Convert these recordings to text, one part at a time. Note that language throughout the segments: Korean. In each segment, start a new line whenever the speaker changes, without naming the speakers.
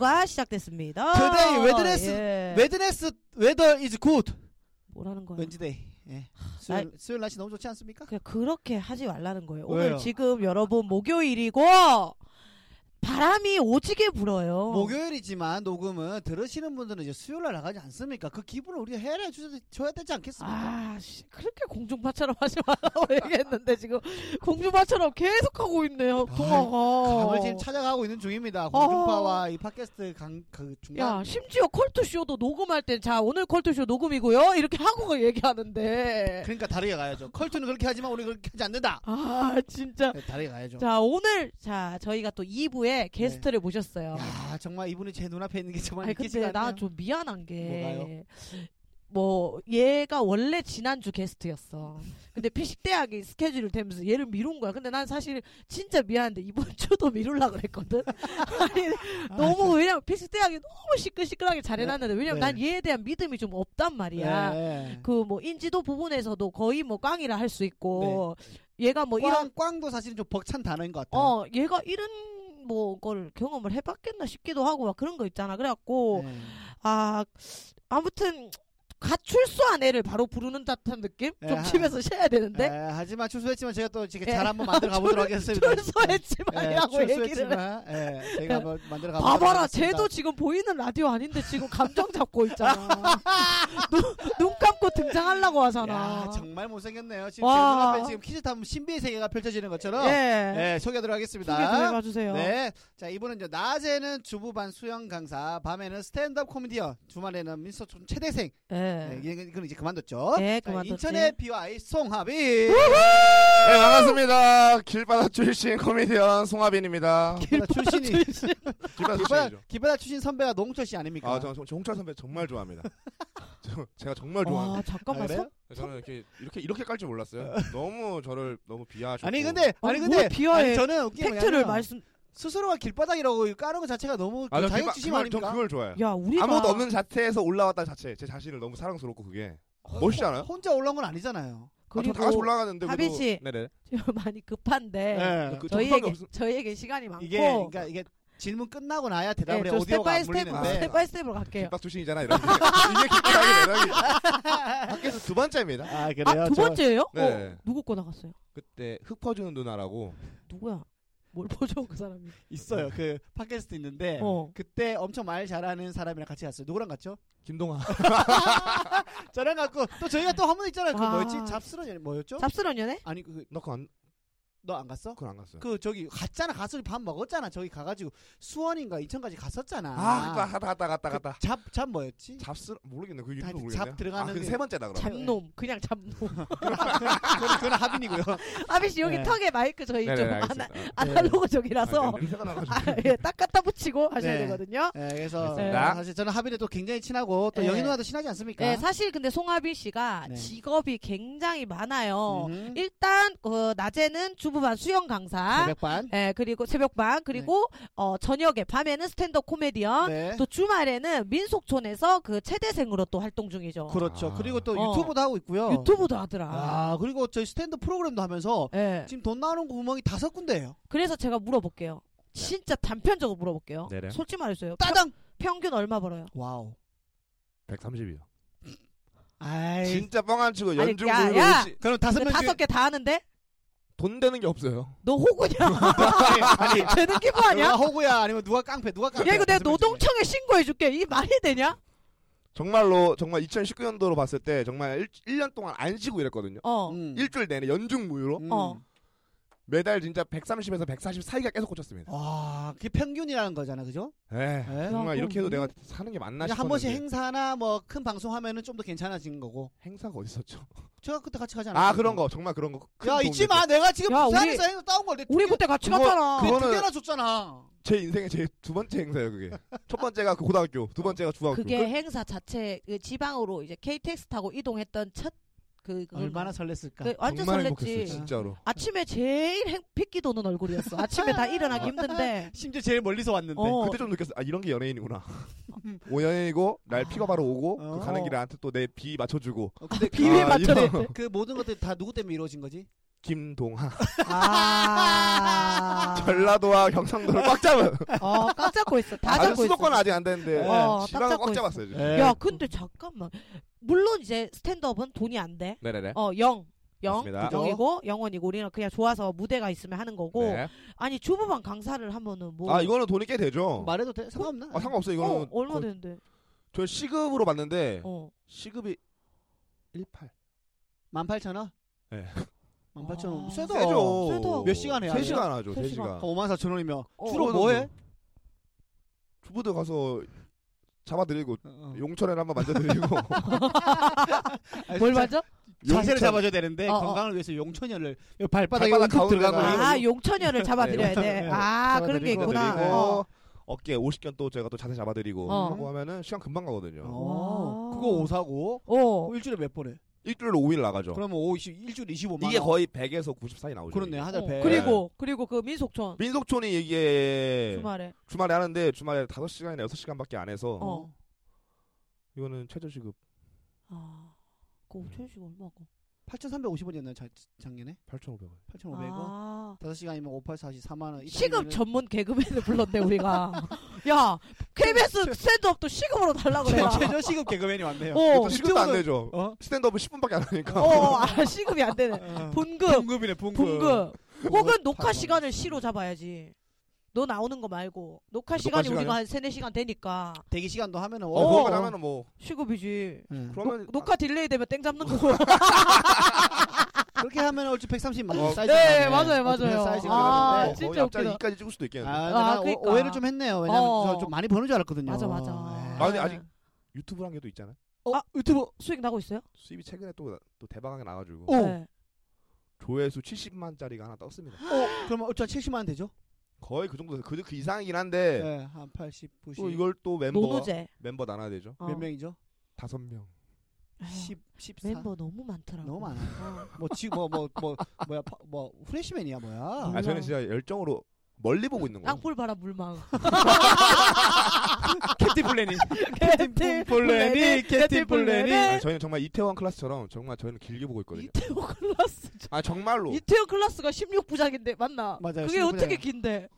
네, 시작됐습니다.
Today, Wednesday-
예.
웨드네스 웨더 이즈 굿
뭐라는 거야?
웬즈데이 예. 수요일, 수요일 날씨 너무 좋지 않습니까?
그냥 그렇게 하지 말라는 거예요.
왜요?
오늘 지금 여러분 목요일이고 바람이 오지게 불어요.
목요일이지만 녹음은 들으시는 분들은 이제 수요일 날 나가지 않습니까? 그 기분을 우리가 해결해 주- 줘야 되지 않겠습니까?
아, 씨, 그렇게 공중파처럼 하지 말라고 얘기했는데 지금 공중파처럼 계속 하고 있네요.
아이,
통화가.
감을 지금 찾아가고 있는 중입니다. 공중파와 이 팟캐스트 강, 그 중간
어. 야, 심지어 컬투 쇼도 녹음할 때 자, 오늘 컬투 쇼 녹음이고요. 이렇게 하고 얘기하는데.
그러니까 다르게 가야죠. 컬투는 그렇게 하지만 우리 그렇게 하지 않는다.
아, 진짜.
네, 다르게 가야죠. 네.
자, 오늘 자, 저희가 또 2부에 게스트를 모셨어요.
야 정말 이분이 제 눈앞에 있는 게 정말
아니
믿기지가
근데
않네요.
나 좀 미안한
뭐가요?
게. 뭐 얘가 원래 지난주 게스트였어. 근데 피식대학이 스케줄을 대면서 얘를 미룬 거야. 근데 난 사실 진짜 미안한데 이번 주도 미룰라 그랬거든. 아니 너무 왜냐면 피식대학이 너무 시끌시끌하게 잘해놨는데 왜냐면
네.
난 얘에 대한 믿음이 좀 없단 말이야.
예.
그 뭐 인지도 부분에서도 거의 뭐 깡이라 할 수 있고
네.
얘가 뭐
꽝,
이런
꽝도 사실은 좀 벅찬 단어인 것 같아요.
어 얘가 이런 뭐 걸 경험을 해봤겠나 싶기도 하고 막 그런 거 있잖아 그래갖고
예.
아 아무튼 가출소 아내를 바로 부르는 듯한 느낌
네,
좀
하-
집에서 쉬어야
예,
되는데
하지만 출소했지만 제가 또 이렇게
네? 예.
잘 한번 만들어 가보도록 하겠습니다. 예,
출소했지만이라고 얘기를 해.
출소했지만 예, 제가 한번 만들어 가보도록
봐봐라
하겠습니다.
쟤도 지금 보이는 라디오 아닌데 지금 감정 잡고 있잖아 눈, 눈 감고 등장하려고 하잖아
야, 정말 못생겼네요. 지금
와.
제 눈앞에 지금 퀴즈 타면 신비의 세계가 펼쳐지는 것처럼
예
예, 소개하도록 하겠습니다.
소개 좀 해봐주세요
네. 자, 이분은 이제 낮에는 주부반 수영 강사, 밤에는 스탠드업 코미디언, 주말에는 민서 촌 최대생. 네,
예.
이건 이건 이제 그만뒀죠.
예,
자,
그만뒀지.
인천의 비와의 송하빈.
네, 반갑습니다. 길바다 출신 코미디언 송하빈입니다.
길바다 아, 출신이
길바다
길바다,
출신이죠.
길바다 출신 선배가 노홍철 씨 아닙니까?
아, 저, 저 홍철 선배 정말 좋아합니다. 저- 제가 정말
와
좋아합니다.
잠깐만
아, 그래요?
선-
저는 이렇게 이렇게 이렇게 깔 줄 몰랐어요. 너무 저를 너무 비하하셨고.
아니 근데 아니
아니,
근데
뭘 비하해.
아니, 저는 웃긴 게
팩트를
뭐냐면
말씀
스스로가 길바닥이라고 까는 것 자체가 너무
아, 저 길바-
자격지심
그걸, 전
아닙니까? 그러니까.
그걸 좋아해요.
야 우리가
아무것도 없는 자태에서 올라왔다 자체. 제 자신을 너무 사랑스럽고 그게 멋있지 않아요?
혼자 올라온 건 아니잖아요.
아, 저다 같이 올라가는데 그래도-
하빈 씨.
네네.
지금 많이 급한데
예.
그 저희에게
저희에게
없...
저희에게 시간이 많고
이게 그러니까 이게 질문 끝나고 나야 대답을
아, 뭐. 네,
해
좀
오디오가
스텝 바이
안
스텝
물리는데.
스텝 바이 스텝으로 갈게요.
길바 출신이잖아 이런. 게. 이게 길바다 이런. 밖에서 두 번째입니다.
아 그래요.
아 두
저-
번째예요?
네.
어, 누구 거 나갔어요?
그때 흑퍼주는 누나라고.
누구야? 뭘 보죠 그 사람이?
네.
있어요. 그 팟캐스트 있는데
어.
그때 엄청 말 잘하는 사람이랑 같이 갔어요. 누구랑 갔죠?
김동하.
저랑 갔고 또 저희가 또 한 번 있잖아요. 그
아.
뭐였지? 잡스런 뭐였죠?
잡스런 연애?
아니 그
너 그거 안,
너 안 갔어?
그거 안 갔어요.
그 저기 갔잖아. 가서 우리 밥 먹었잖아. 저기 가가지고 수원인가 인천까지 갔었잖아.
아, 갔다 갔다 갔다 갔다.
잡잡 뭐였지?
잡스 모르겠네. 그
다-
이름도 모르겠네.
잡 들어가는
아, 그
게-
세 번째다 그럼.
잡놈 그냥 잡놈.
그건, 그건 하빈이고요.
아비 씨 여기
네.
턱에 마이크 저희
네네,
좀
알겠습니다.
아나, 아날로그적이라서
아, 냄새가 나가지고.
아, 예, 딱 갖다 붙이고 하셔야
네.
되거든요.
네, 그래서
알겠습니다.
사실 저는 하빈이 또 굉장히 친하고 또
네.
영희 누나도 친하지 않습니까?
그러니까.
네, 사실 근데 송하빈 씨가
네.
직업이 굉장히 많아요.
음,
어. 일단 어, 낮에는 주부반 수영 강사,
네,
새벽반.
예, 그리고 새벽반, 그리고 어, 저녁에 밤에는 스탠드업 코미디언,
네.
어? 또 주말에는 민속촌에서 그 체대생으로 또 활동 중이죠.
그렇죠.
아.
그리고 또
어.
유튜브도 하고 있고요.
유튜브도 하더라.
아 그리고 저희 스탠드 프로그램도 하면서
예.
지금 돈 나오는 구멍이 다섯 군데예요.
그래서 제가 물어볼게요. 진짜 단편적으로 물어볼게요.
네네.
솔직히 말해서요.
따당.
평, 균 얼마 벌어요?
와우.
130이요.
네. 아이.
진짜 뻥 안 치고
아니,
연중
야,
보유로
야!
혹시
그럼 다섯
근데
명
다섯
중에
개 다 하는데
돈 되는 게 없어요.
너 호구냐?
아니, 어.
쟤는 기부
아니 누가
아니야?
호구야 아니면 누가 깡패 누가 깡패.
야 이거 내가
다섯 명 중에.
노동청에 신고해줄게. 이게 말이 되냐?
정말로 정말 2019년도로 봤을 때 정말 1, 년 동안 안 쉬고 이랬거든요.
어,
음.
일주일 내내 연중 무휴로
음.
어.
매달 진짜 130에서 140 사이가 계속 꽂혔습니다.
와, 그게 평균이라는 거잖아, 어? 그죠?
에
예.
정말 이렇게 해도
그럼
내가 사는 게 맞나
그냥
싶었는데
한 번씩 행사나 뭐 큰 방송 하면은 좀 더 괜찮아진 거고.
행사가 어디 있었죠?
제가 그때 같이 가지 않았어요?
아 그런 거 정말 그런 거. 큰
야
도움이
잊지 마, 내가 지금
야,
부산에서 행사 따온 걸내
우리 뭐 그때 같이
그거-
갔잖아.
그거-
두
그거는-
개나 줬잖아.
됐어요. 제 인생의 제 두 번째 행사예요 그게. 첫 번째가 그 고등학교, 두 번째가 중학교.
그게 행사 자체 그 지방으로 이제 KTX 타고 이동했던 첫그
얼마나 설렜을까.
그 완전
정말
설렜지.
행복했어요, 진짜로.
아침에 제일 행, 핏기 도는 얼굴이었어. 아침에 다 일어나기 힘든데.
심지어 제일 멀리서 왔는데.
어.
그때 좀 느꼈어. 아 이런 게 연예인이구나.
음.
5연예인이고 날 픽업하러 오고 그
어.
가는 길에 나한테 또 내 비 맞춰주고.
어, 근데
비밀
아,
맞춰
이거-
그 모든 것들 다 누구 때문에 이루어진 거지?
김동하
아.
전라도와 경상도를 꽉 잡은
어, 꽉 잡고 있어. 다
아직
잡고 있어.
수도권 은 아직 네. 안 되는데
네. 어,
지방은
딱 잡고
꽉 잡았어요 지금.
예.
야, 근데 잠깐만. 물론 이제 스탠드업은 돈이 안 돼.
네네네.
어, 영. 영.
맞습니다.
영이고 영원이고 우리는 그냥 좋아서 무대가 있으면 하는 거고.
네.
아니, 주부방 강사를 하면은 뭐
아 이거는 돈이 꽤 되죠.
말해도 돼? 상관없나?
아, 상관없어
어,
이거는 네.
얼마
거의-
되는데?
저 시급으로 봤는데
어.
시급이 18.
18,000원?
예.
18,000원.
아.
세다.
세죠.
세다.
몇 시간 해야
3
돼요?
시간 하죠.
세
3
시간.
시간.
54,000원이면
어,
주로
어,
뭐 해?
주부들 가서 잡아드리고
어.
용천에 한번 만져드리고
뭘
자-
맞아?
자세를
용천.
잡아줘야 되는데
어, 어.
건강을 위해서 용천연을 발바닥에
발바닥
움푹 들어가고
가운데다가.
아,
이거-
용천여를 잡아드려야
네,
돼.
용천여.
아, 그런 게
잡아드리고,
있구나.
드리고.
어.
그리고 어깨 50견 또 제가 또 자세 잡아드리고
어.
하고 하면은 시간 금방 가거든요.
어,
와.
그거 오사고
어.
그거 일주일에 몇 번에?
일주일로 5일 나가죠.
그러면 오, 이십- 일주일에 25만
이게
원.
거의 100에서 90 사이 나오죠.
그렇네
이게.
하달
어,
배.
그리고 그리고 그 민속촌
민속촌이 이게
주말에
주말에 하는데 주말에 5시간이나 6시간밖에 안 해서
어.
이거는 최저시급
아, 그
네.
5천씩 얼마고?
8,350원이었나요 작년에?
8,500원.
8,500원.
아.
다섯 시간이면 5, 8, 4, 4만 원.
시급 전문 개그맨을 불렀네 우리가. 야, KBS 스탠드업도 시급으로 달라 그래.
최저 시급 개그맨이 왔네요.
어,
또 시급도 안
이쪽은-
되죠.
어?
스탠드업은 10분밖에 안 하니까.
어, 아, 시급이 안 되네. 분급,
분급이네 분급.
분급.
그거
혹은 녹화
다
시간을 시로 잡아야지. 너 나오는 거 말고 녹화
녹화
시간이
시간이요?
우리가 한 세네 시간 되니까
대기 시간도 하면은
어,
어.
그거까지 하면은 뭐
시급이지.
예.
그러면
녹화 딜레이 되면 땡 잡는 거고.
그렇게 하면은 얼추 130만 원
어.
사이즈.
네, 맞아요, 맞아요.
사이즈가
아,
나가는데.
뭐
진짜
거의 앞자리
웃기다.
2까지 찍을 수도 있겠는데.
아,
아,
아
그러니까.
오해를 좀 했네요. 왜냐면
어.
저좀 많이 버는 줄 알았거든요.
맞아, 맞아.
예.
아, 근데 아직- 유튜브 한게 또 있잖아.
아,
유튜브
수익 나고 있어요?
수입이 최근에 또, 또 대박하게 나가지고
어.
네.
조회수 70만짜리가 하나 떴습니다.
어, 그러면 어차 70만 원 되죠?
거의 그 정도 그, 그 이상이긴
예,
네.
한데
한 80, 90.
또 어, 이걸 또 멤버
노노제.
멤버 나눠야 되죠.
어.
몇 명이죠?
다섯 명.
에휴,
10, 14.
어. 아. 멤버 너무 많더라고.
너무 많아.
어.
뭐 지금 뭐뭐 뭐 뭐야 파- 뭐 후레쉬맨이야 뭐야?
아 저는 진짜 열정으로 멀리 보고 있는 거예요.
땅굴 바라 물망.
캡틴 플래닛.
캡틴
플래닛, 캡틴
아니,
플래닛.
저희는 정말 이태원 클래스처럼 정말 저희는 길게 보고 있거든요.
이태원 클라스.
아 정말로
이태원 클라스가 16부작인데 맞나?
맞아요,
그게
16 부작.
어떻게 긴데?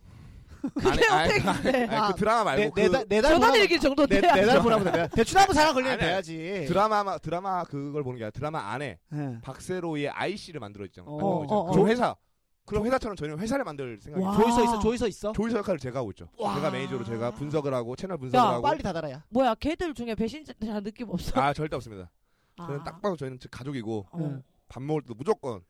아니,
그게
아니,
어떻게 긴데?
아니, 그 드라마 말고 그
내내달
전화 일기 정도
내-
돼야.
내달 보나 보다. 대출 한번 사람 걸리면
아니, 아니.
돼야지.
드라마 드라마 그걸 보는 게 아니라 드라마 안에
예.
박세로의 IC를 만들어 있잖아.
어,
만든 거죠.
어, 어.
그 회사 그런 회사처럼 저희는 회사를 만들 생각이에요.
와.
조이서 있어, 조이서 있어.
조이서 역할을 제가 하고 있죠.
와.
제가 매니저로 제가 분석을 하고 채널 분석을
야,
하고
빨리 다달아야.
뭐야, 걔들 중에 배신자 느낌 없어?
아 절대 없습니다. 저는
아.
딱 봐도 저희는 제 가족이고
어.
응.
밥 먹을 때도 무조건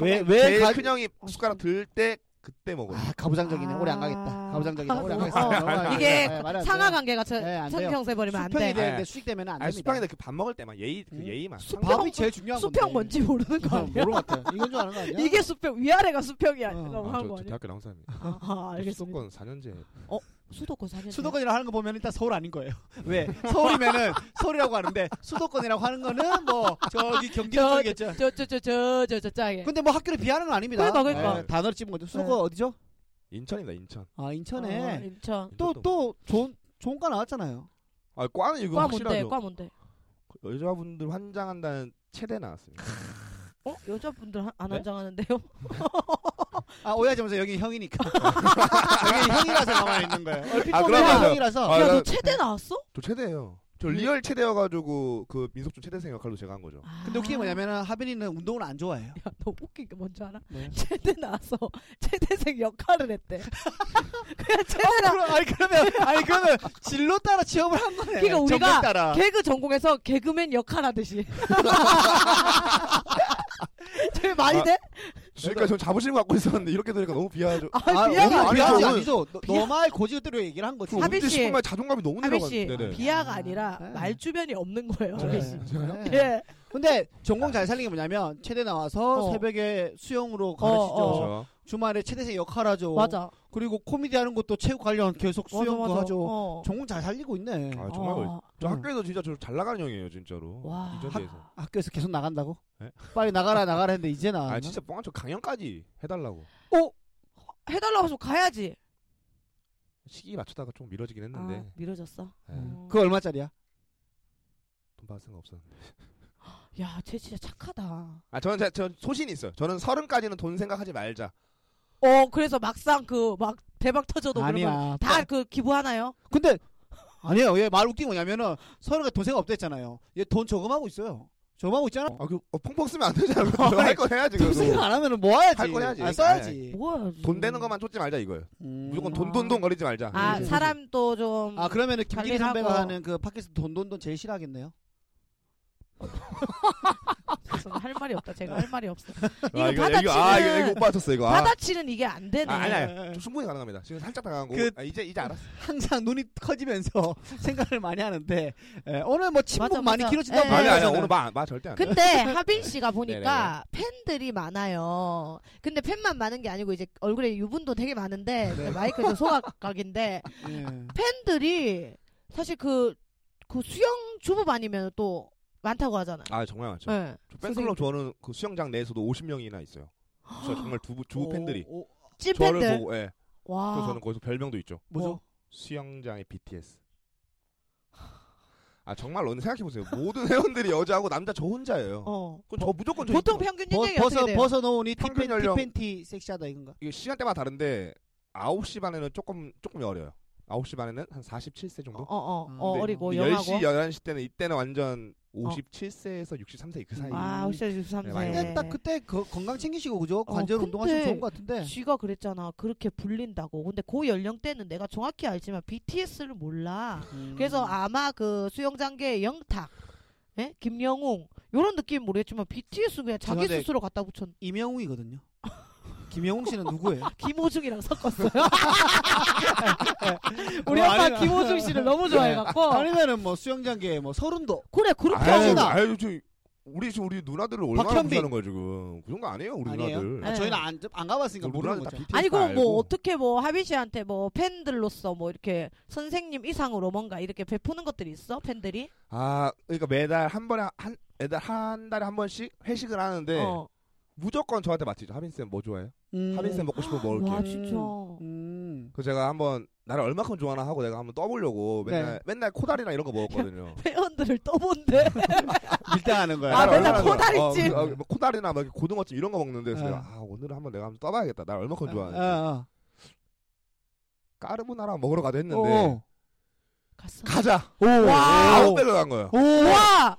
왜-
형,
왜
제일
가-
큰 형이 숟가락 들 때 그때 먹어요.
아, 가부장적이네. 오래 안
아.
가겠다. 가부장적이네. 오래 안
어.
가겠다.
이게 상하
상하가
관계가
네, 안 돼요.
상평세버리면 안
수평이
돼.
되는데
네.
수익 되면 안
아니
됩니다.
수평인데 그 밥 먹을 때만 예의 그
음.
예의만.
수평?
밥이 제일 중요한 건데.
수평 뭔지 모르는 거
아,
아니야?
모르는 것 같아. 이건 줄 아는 거 아니야?
이게 수평, 위아래가 수평이야.
어.
라고 하는
아, 저,
거
저
아니야?
대학교 나온 사람이에요.
아, 알겠습니다.
수도권 4년제.
수도권 사년.
수도권이라고 하는 거 보면 일단 서울 아닌 거예요. 왜? 서울이면은 서울이라고 하는데 수도권이라고 하는 거는 뭐 저기 네. 경기도
저-
쪽이겠죠.
저저저저저저 짜게.
근데 뭐 학교를 비하는 건 아닙니다.
그러니까, 그러니까.
예, 단어를 찝은 거죠. 수도권
네.
어디죠?
인천입니다. 인천.
아
어,
인천에
인천.
또 또
인천도.
좋은 좋은 과 나왔잖아요.
아, 과는 이거
과 뭔데?
확실하죠.
과 뭔데?
여자분들 환장한다는 체대 나왔습니다.
어? 여자분들 한- 안
네?
환장하는데요?
아 오해하지 마세요. 여기 형이니까. 여기 형이라서 가만히 있는 거예요. 얼핏
아,
보면
그럼 맞아요.
형이라서.
아,
야,
나-
너 체대 나왔어?
저 체대예요. 저 리얼 체대여가지고 그 민속촌 체대생 역할도 제가 한 거죠.
근데 웃긴 게
아.
뭐냐면은 하빈이는 운동을 안 좋아해요.
야, 너 웃긴 게 뭔지 알아?
네.
체대 나와서 체대생 역할을 했대. 그냥 체대라
그럼, 아니 그러면 아니 그러면 진로 따라 취업을 한 거네.
그러니까 우리가
전공 따라.
개그 전공에서 개그맨 역할 하듯이. 제 말이
아,
돼?
그러니까 전 자부심 갖고 있었는데 이렇게 되니까 너무 비하죠.
아, 비하가
비하
오히려
아니야.
비하지
비하지
저는-
아니죠.
비하-
너말 고지대로 얘기를 한 거지.
그
하빈
언제
씨.
정말 자존감이 너무
하빈 씨,
내려가는데. 네네.
아, 비하가 아니라
아, 네.
말 주변이 없는 거예요.
네.
하빈 씨.
네.
예.
근데 전공 잘 살린 게 뭐냐면 체대 나와서
어.
새벽에 수영으로 가르치죠.
어, 어.
그렇죠.
주말에 체대생 역할하죠.
맞아.
그리고 코미디 하는 것도 체육 관련 계속
맞아,
수영도
맞아.
하죠.
어.
전공 잘 살리고 있네.
아, 정말
어.
저
응.
학교에서 진짜 저 잘 나가는 형이에요 진짜로.
와.
인천대에서.
학교에서 계속 나간다고?
예?
빨리 나가라 나가라 했는데 이제 나왔나?
아 진짜 뻥한 척 강연까지 해달라고.
어? 해달라고 해서 가야지.
시기 맞추다가 좀 미뤄지긴
아,
했는데
음.
미뤄졌어.
예,
그 얼마짜리야?
돈 받을 생각 없었는데.
야, 쟤 진짜 착하다.
아 저는 제- 저 소신이 있어요. 저는 서른까지는 돈 생각하지 말자.
어, 그래서 막상 그 막 대박 터져도 그러면
아니야.
다 그 기부하나요?
근데 아니에요. 얘 말 웃긴 게 뭐냐면은 서로가 돈 생각 없다 했잖아요. 얘 돈 저금하고 있어요. 저금하고 있잖아.
아, 그 어, 펑펑 쓰면 안 되잖아.
네.
할거 해야지.
돈 생각
그래도.
안 하면은 뭐 해야지?
할건 해야지.
아, 써야지.
뭐야?
돈 되는 것만 쫓지 말자 이거예요.
음.
무조건 돈 돈 돈 거리지 말자.
아,
음.
사람도 좀
아 그러면은
관리를
김기리 선배가
하고.
하는 그 팟캐스트 돈 돈 돈 제일 싫어하겠네요.
저는 할 말이 없다. 제가 할 말이 없어. 이거
아,
받아치는-
아, 이거, 이거 못 받았어 이거. 아,
받아치는 이게 안 되네.
아, 아니야. 충분히 가능합니다. 지금 살짝 당한 거고.
그-
아, 이제 이제 알았어.
항상 눈이 커지면서 생각을 많이 하는데 예, 오늘 뭐 침묵
맞아,
많이
맞아.
길어진다고
예.
아니 아니
저는.
오늘 마, 마 절대 안 돼.
근데 하빈 씨가 보니까
네,
팬들이 많아요. 근데 팬만 많은 게 아니고 이제 얼굴에 유분도 되게 많은데
네.
마이크도 소각각인데
예.
팬들이 사실 그, 그 수영 주부 아니면 또 많다고 하잖아요.
아 정말 맞죠.
네.
저 팬클럽 저는 그 수영장 내에서도 50명이나 있어요. 저 정말 두부 두 팬들이
오, 오,
저를
찐팬들. 아.
보고 예. 그래서
와.
저는 거기서 별명도 있죠.
뭐죠?
뭐.
수영장의 BTS. 아 정말 오늘 생각해 보세요. 모든 회원들이 여자하고 남자 저 혼자예요.
어.
그건 저 무조건 저
보통
있죠.
평균
뭐, 버,
연령이 어떻게
벗어
돼요?
벗어 놓으니
평균
티팬,
연령.
티팬티 섹시하다 이건가?
이게 시간대마다 다른데 9시 반에는 조금 조금 어려요. 9시 반에는 한 47세 정도.
어, 어, 어,
네.
어, 어리고
음, 10시
영하고.
11시 때는 이때는 완전 57세에서 63세 그 사이.
아, 혹시
네,
63세.
많이
근데 딱 그때 그 건강 챙기시고 그죠? 관절
근데-
운동하시면 좋은 것 같은데.
쥐가 그랬잖아. 그렇게 불린다고. 근데 그 연령대는 내가 정확히 알지만 BTS를 몰라.
음.
그래서 아마 그 수영장계 영탁, 예? 김영웅 이런 느낌 모르겠지만 BTS 는 그냥 자기
죄송한데-
스스로 갖다 붙였.
임영웅이거든요. 김영웅 씨는 누구예요?
김호중이랑 섞었어요. 우리
뭐
아빠
아니면-
김호중 씨를 너무 좋아해갖고.
아니면은 뭐 수영장계 뭐 서른도
그래 그렇게
아유,
하고
하구나.
아유 지금 우리 지금 우리 누나들을 얼마나
박현빈.
무시하는 거야 지금. 그 정도 아니에요 우리
아니에요?
누나들.
아,
네.
저희는 안, 안 가봤으니까
우리
모르는
누나들 다
거죠.
BTS
아니고
다
뭐
알고.
어떻게 뭐 하빈 씨한테 뭐 팬들로서 뭐 이렇게 선생님 이상으로 뭔가 이렇게 베푸는 것들이 있어 팬들이?
아 그러니까 매달 한 번에 한 매달 한 달에 한 번씩 회식을 하는데
어.
무조건 저한테 맞히죠. 하빈 쌤뭐 좋아해요?
음.
하빈 쌤 먹고 싶은
아,
거 먹을게.
와 진짜.
음.
그 제가 한번 나를 얼마큼 좋아하나 하고 내가 한번 떠보려고 맨날
네.
맨날 코다리나 이런 거 먹었거든요.
회원들을 떠본데
밀당하는 거야.
아,
나를
맨날
얼마나 좋아-
코다리찜.
어, 어, 뭐 코다리나 막 이렇게 고등어찜 이런 거 먹는데
네.
그래서 아 오늘은 한번 내가 한번 떠봐야겠다. 나를 얼마큼 뭐
네.
좋아하는지.
어,
까르보나라 먹으러 가도
어.
했는데
오.
갔어.
가자.
오.
아홉
와.
배로 간 거예요.
오.
와!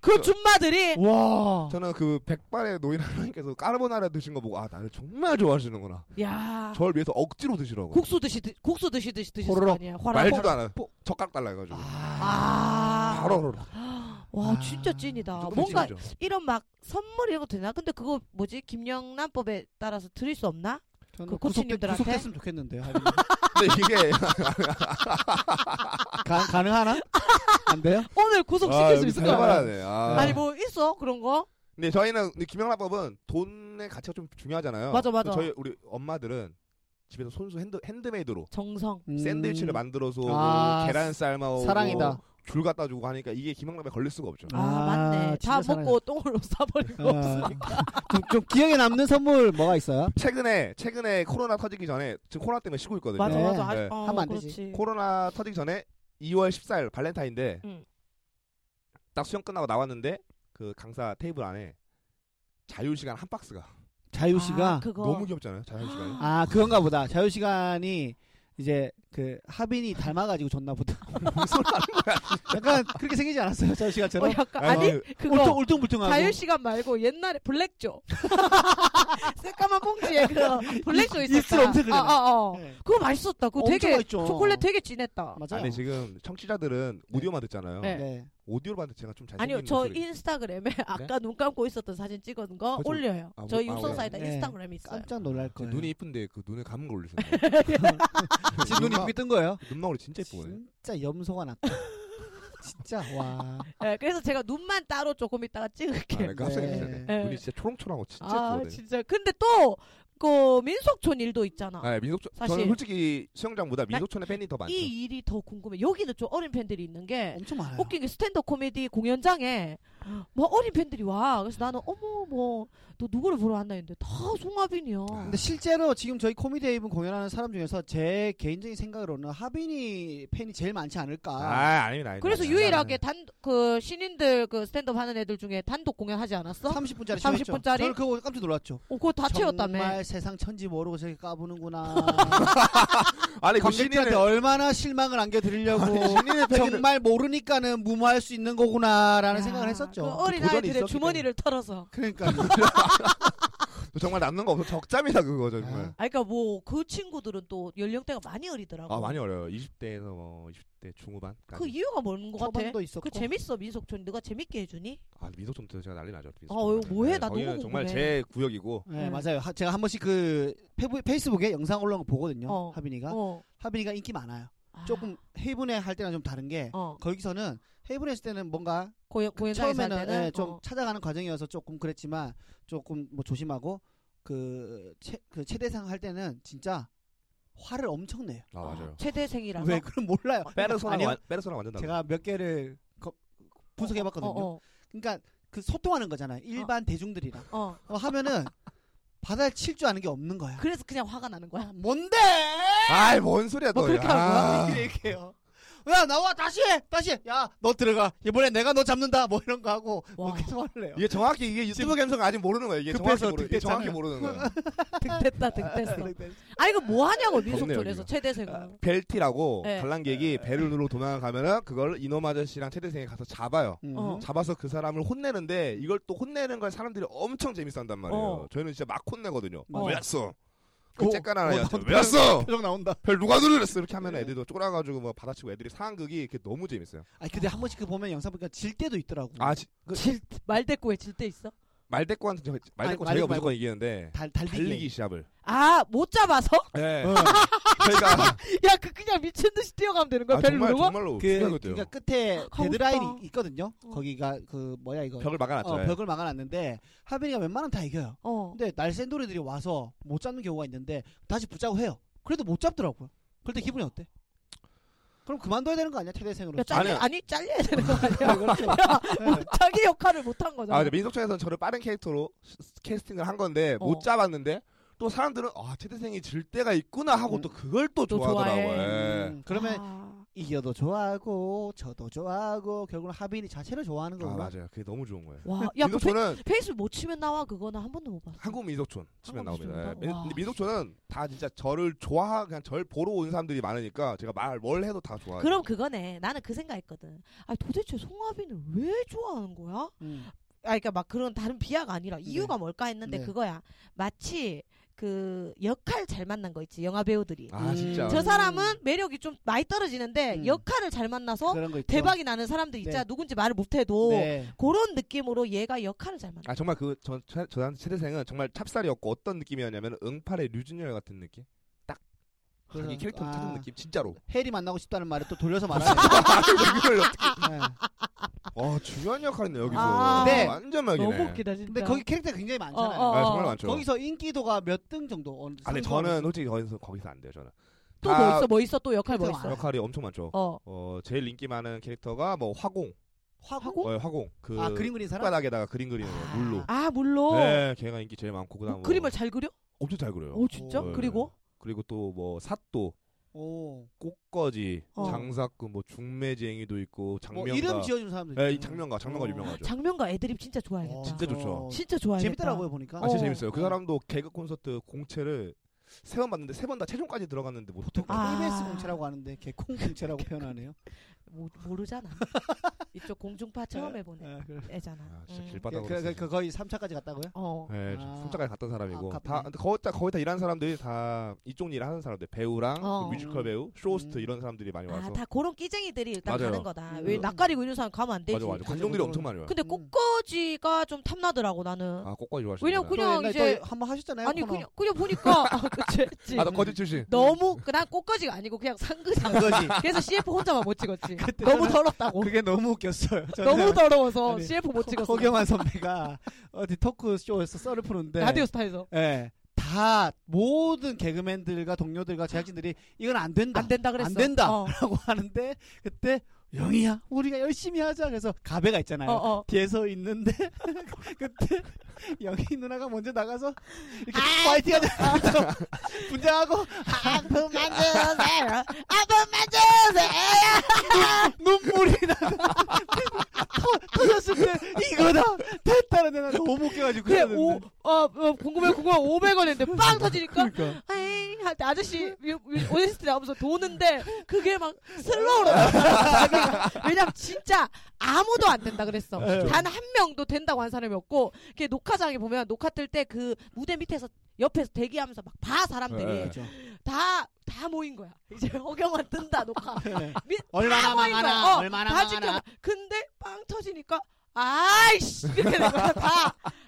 그 줌마들이
와.
저는 그 백발의 노인 할머니께서 까르보나라 드신 거 보고 아 나를 정말 좋아하시는구나.
야
저를 위해서 억지로 드시라고.
국수 드시듯 국수 드시듯이 드셨을 거
호로록.
아니야. 화랑
말지도 않아요. 젓가락 달라 해가지고.
아.
바로 호로록.
와
아,
진짜 찐이다.
조금
뭔가
찡하죠.
이런 막 선물 이런 거 되나? 근데 그거 뭐지? 김영란법에 따라서 드릴 수 없나?
저는
그
구속,
코치님들한테?
구속됐으면 좋겠는데요. 하빈이.
아,
근데 이게
가, 가능하나? 안 돼요?
오늘 구속시킬 수 있을
잘
거야.
봐라.
네 아.
아니 뭐 있어 그런 거?
근데 저희는 근데 김영란법은 돈의 가치가 좀 중요하잖아요.
맞아, 맞아.
저희 우리 엄마들은 집에서 손수 핸드 핸드메이드로
정성.
음.
샌드위치를 만들어서 오고,
아,
계란 삶아오고
사랑이다.
줄 갖다 주고 하니까 이게 김영란법에 걸릴 수가 없죠.
아,
아,
맞네. 다
진짜
먹고 똥으로 싸버리고
아,
없어.
좀, 좀 기억에 남는 선물 뭐가 있어요?
최근에 최근에 코로나 터지기 전에 지금 코로나 때문에 쉬고 있거든요.
맞아
네.
맞아. 아,
네.
어,
하면 안
그렇지.
코로나 터지기 전에 2월 14일 발렌타인데
응.
딱 수영 끝나고 나왔는데 그 강사 테이블 안에 자유 시간 한 박스가
자유
아,
씨가
그거.
너무 귀엽잖아요. 자유 시간이.
아, 그건가 보다. 자유 시간이 이제 그 하빈이 닮아가지고 줬나 보다. 약간 그렇게 생기지 않았어요, 자유
어,
시간처럼?
약간 아니
울퉁
그거
울퉁불퉁하고.
자유 시간 말고 옛날에 블랙조. 새까만 봉지에 그 블랙조 있었잖아.
입술 엄청
아, 아, 어.
네.
그거 맛있었다. 그거
엄청
되게
맛있죠.
초콜릿 되게 진했다.
맞아요.
아니 지금 청취자들은 오디오만 듣잖아요.
네.
네.
오디오만 듣 제가 좀 잘생긴
아니요, 저
목소리.
인스타그램에 아까 눈 감고 있었던 사진 찍은 거
네? 그죠?
올려요.
아,
저
뭐- 아,
육성사이다
올려요?
인스타그램에 있어요.
깜짝 놀랄
제
거예요.
눈이 이쁜데 그 눈에 감은 거 올리셨네. 그
제 눈이 이쁘게 뜬 거예요.
눈망울이 진짜 이쁘네.
진짜 염소가 났다. 진짜 와.
네, 그래서 제가 눈만 따로 조금 있다가
아,
찍을게요.
네, 깜짝 놀랐네.
네.
눈이 진짜 초롱초롱하고 진짜
아,
이쁘거든. 요
진짜. 근데 또 그 민속촌 일도 있잖아.
아, 민속촌
사실-
저는 솔직히 수영장보다 민속촌의 팬이 더 많죠.
이 일이 더 궁금해. 여기는 좀 어린 팬들이 있는 게
엄청 많아요.
웃긴 게 스탠드 코미디 공연장에 뭐 어린 팬들이 와. 그래서 나는 어머 뭐 너 누구를 보러 왔나 했는데 다
아,
송하빈이야.
근데 실제로 지금 저희 코미디에이브 공연하는 사람 중에서 제 개인적인 생각으로는 하빈이 팬이 제일 많지 않을까.
아, 아닙니다. 아닙니다.
그래서
아닙니다.
유일하게 단 그 신인들 그 스탠드업 하는 애들 중에 단독 공연 하지 않았어?
30분짜리
30
쇼였죠.
분짜리?
저는 그거 깜짝 놀랐죠.
어, 그거 다 채웠다며.
정말 세상 천지 모르고 저렇게 까부는구나.
아니 그
관객들한테
신인의
얼마나 실망을 안겨드리려고
신인의 팬을
정말 모르니까는 무모할 수 있는 거구나라는
야,
생각을
그
했었죠.
어린
도전이
아이들의
있었기
주머니를 털어서.
그러니까
정말 남는 거 없어 적잠이다 그거
아.
정말.
아, 그러니까 뭐 그 친구들은 또 연령대가 많이 어리더라고.
아 많이 어려요. 20대에서 뭐 20대 중후반.
그 이유가 뭔 것 같아?
초반도 있었고
그 재밌어 민속촌 네가 재밌게 해주니?
아 민속촌도 제가 난리 나죠.
아, 어, 뭐해? 나
거기는
너무
정말
궁금해.
제 구역이고
네, 맞아요. 하- 제가 한 번씩 그 페부- 페이스북에 영상 올라온 거 보거든요.
어.
하빈이가
어.
하빈이가 인기 많아요.
아,
조금 헤이븐에 할 때랑 좀 다른 게
어
거기서는 헤이븐에 했을 때는 뭔가
고고사에서
그 처음에는
때는
예, 좀
어.
찾아가는 과정이어서 조금 그랬지만 조금 뭐 조심하고 그, 최, 그 최대상 할 때는 진짜 화를 엄청 내요.
아 맞아요.
최대생이라서
왜 그걸 몰라요.
페르소나
아니요.
완 페르소나 완전 다르.
제가 몇 개를 거-
어,
분석해봤거든요.
어,
그러니까 그 소통하는 거잖아요. 일반 대중들이랑
어.
어, 하면은 바다를 칠 줄 아는 게 없는 거야.
그래서 그냥 화가 나는 거야.
아, 뭔데?
아이 뭔 소리야 너.
뭐 그렇게
아.
하는
아, 이렇게 얘기해요. 야 나와 다시 해 다시 해. 야너 들어가 이번에 내가 너 잡는다 뭐 이런 거 하고 뭐
와.
계속 할래요.
이게 정확히 이게 유튜브 감성 아직 모르는 거야. 이게 정확히
급해서
모르. 이게 정확히
듣겠잖아요.
모르는 거야.
득됐다 득됐어. 아 이거 뭐 하냐고 민속촌에서
여기가.
아,
최대생은.
벨티라고
네.
관람객이 배를 누르고 도망가면은 그걸 이놈 아저씨랑 최대생이 가서 잡아요.
음.
어.
잡아서 그 사람을 혼내는데 이걸 또 혼내는 걸 사람들이 엄청 재밌어한단 말이에요.
어.
저희는 진짜 막 혼내거든요.
어.
왜 왔어?
어,
그
어,
째까나 아니야.
나도
왜 왔어?
표정 나온다.
별 누가 누르랬어? 이렇게 하면
네.
애들도 쫄아가지고 뭐 받아치고 애들이 상황극이 이렇게 너무 재밌어요.
아 근데 한 번씩 그 보면 영상 보니까 질 때도 있더라고.
아 지- 그
질 말대꾸에 질 때 있어?
말대꾸한테 저- 말대꾸
아니,
저희가
말대꾸 네.
무조건 이기는데
달 달리기.
달리기 시합을.
아 못 잡아서?
네.
어.
저희가
야 그 그냥 미친 듯이 뛰어가면 되는 거야.
아,
별
정말
누르고?
정말로
그
그,
그러니까 끝에
가고
데드라인이
싶다.
있거든요.
어.
거기가 그 뭐야 이거
벽을 막아놨죠.
어,
예.
벽을 막아놨는데 하빈이가 웬만하면 다 이겨요.
어.
근데 날쌘돌이들이 와서 못 잡는 경우가 있는데 다시 붙자고 해요. 그래도 못 잡더라고요. 그럴 때 기분이 어때? 그럼 그만둬야 되는 거 아니야
야,
최대생으로?
그러니까 잘려
아니야.
아니 잘려야 되는 거 아니야?
그렇죠.
뭐, 자기 역할을 못 한 거잖아.
아, 근데 민속촌에서는 저를 빠른 캐릭터로 스- 스- 캐스팅을 한 건데
어.
못 잡았는데 또 사람들은 아 최대생이 질 때가 있구나 하고 또 그걸 또
또
좋아하더라고요.
좋아해.
예.
음, 그러면
아.
이겨도 좋아하고 저도 좋아하고 결국은 하빈이 자체를 좋아하는
아
거구나.
맞아요. 그게 너무 좋은 거예요.
와, 야, 그 페,
민속촌은
페이스 못 치면 나와 그거나 한 번도 못 봤어.
한국 민속촌 치면
한국
나옵니다. 예.
민속촌이다?
민-
와.
근데 민속촌은 다 진짜 저를 좋아 그냥 절 보러 온 사람들이 많으니까 제가 말 뭘 해도 다 좋아해요.
그럼 그거네. 나는 그 생각했거든. 아 도대체 송하빈을 왜 좋아하는 거야?
음.
아, 그러니까 막 그런 다른 비하가 아니라
네.
이유가 뭘까 했는데
네.
그거야. 마치 그 역할 잘 만난 거 있지 영화 배우들이.
아 진짜.
음.
저 사람은 매력이 좀 많이 떨어지는데
음.
역할을 잘 만나서
그런 거 있죠.
대박이 나는 사람들 있잖아.
네.
누군지 말을 못해도
네.
그런 느낌으로 얘가 역할을 잘 만나.
아 정말 그저 저한테 최대생은 정말 찹쌀이었고 어떤 느낌이었냐면 응팔의 류준열 같은 느낌. 딱 자기
그래서-
캐릭터
아.
찾은 느낌 진짜로.
해리 만나고 싶다는 말에 또 돌려서 말하네.
이걸
네.
와 중요한 역할이네 여기서
아.
근데
완전 막이네
너무 웃기다 진짜.
근데 거기 캐릭터가 굉장히 많잖아요.
어, 어.
아, 정말 많죠
거기서 인기도가 몇 등 정도? 어느
아니
상승하고
저는 솔직히 거기서, 거기서 안 돼요 저는
또 뭐
다
있어? 뭐 있어? 또 역할 뭐
그래서
있어?
알아.
아, 역할이 엄청 많죠
어.
어 제일 인기 많은 캐릭터가 뭐 화공
화고?
하고?
어, 화공 그
아 그림 그린 사람?
바닥에다가 그림 그리는 거 물로
아 물론.
네 걔가 인기 제일 많고
어,
그다음 뭐
그림을 잘 그려?
엄청 잘 그려요
오 진짜?
어,
예.
그리고
그리고 또 뭐 삿도
오.
꽃거지
어.
장사꾼 뭐 중매쟁이도 있고 장면가
뭐 이름 지어준 사람도 있죠.
예, 이 장면가 장면가
어.
유명하죠
장면과 애드립 진짜 좋아하겠다.
어,
그렇죠. 진짜 좋죠.
진짜 좋아하겠다.
재밌더라고요 보니까.
아 진짜
어.
재밌어요 그 사람도 개그 콘서트 공채를 세 번 봤는데 세 번 다 최종까지 들어갔는데 못
보통
아.
KBS 공채라고 하는데 개콩 공채라고 표현하네요.
모, 모르잖아. 이쪽 공중파 처음 해보네.
아, 그래.
애잖아.
아, 진짜
음.
길바닥으로
그, 그,
쓰지.
그 거의 3차까지 갔다고요?
어.
예,
아.
손자까지 갔던 사람이고
아,
다
아깝네.
근데 거의 다 거의 다 일하는 사람들이 다 이쪽 일을 하는 사람들 배우랑
어.
그 뮤지컬 배우, 쇼호스트
음.
이런 사람들이 많이 네, 와서
아, 다 그런 끼쟁이들이 일단
맞아요.
가는 거다.
음.
왜 낯가리고 있는 사람 가면 안 되지.
맞아 맞아
맞아,
관종들이
맞아.
엄청 많이 와요.
근데
음.
꽃거지가 좀 탐나더라고 나는.
아 꼬꼬이 좋아하시는
왜냐면
또
그냥
옛날에
이제
또 한번 하셨잖아요.
아니
네, 코너.
그냥 그냥 보니까 아, 그치, 그치.
아나 거짓 출신.
너무 난 꽃거지가 아니고 그냥 상그장.
거지.
그래서 CF 혼자만 못 찍었지.
그때
너무
저는-
더럽다고.
그게 너무 웃겼어요. 저는
너무 더러워서
아니,
CF 못 찍었어.
허경환 선배가 어디 토크 쇼에서 썰을 푸는데
라디오 스타에서
예. 다 모든 개그맨들과 동료들과 제작진들이 이건 안 된다.
안 된다 그랬어.
안 된다.
어.
라고 하는데 그때 영희야 우리가 열심히 하자 그래서 가베가 있잖아요
어, 어.
뒤에서 있는데 그때 영희 누나가 먼저 나가서 이렇게
아,
파이팅 하자 분장하고
아픔만 주세요. 아픔만 주세요.
눈물이 나서 터, 졌을때 이거다 됐다는 데나 너무 웃겨가지고
그래,
그랬는데.
오, 어, 어, 궁금해, 궁금해. 500원인데 빵 터지니까.
그러니까
에이, 할 때 아저씨 위- 위- 오디스트 나오면서 도는데 그게 막 슬로우로 나왔어요. 왜냐면 진짜 아무도 안 된다 그랬어.
네.
단 한 명도 된다고 한 사람이 없고 이렇게 녹화장에 보면 녹화 뜰 때 그 무대 밑에서 옆에서 대기하면서 막 봐
네.
사람들이
그렇죠.
다 다 모인 거야. 이제 허경환 뜬다 녹화.
네.
아, 미-
얼마나
다 모인 거야.
망하나
어,
얼마나
다 지켜.
망하나
근데 빵 터지니까 아이씨 이렇게 된 거야.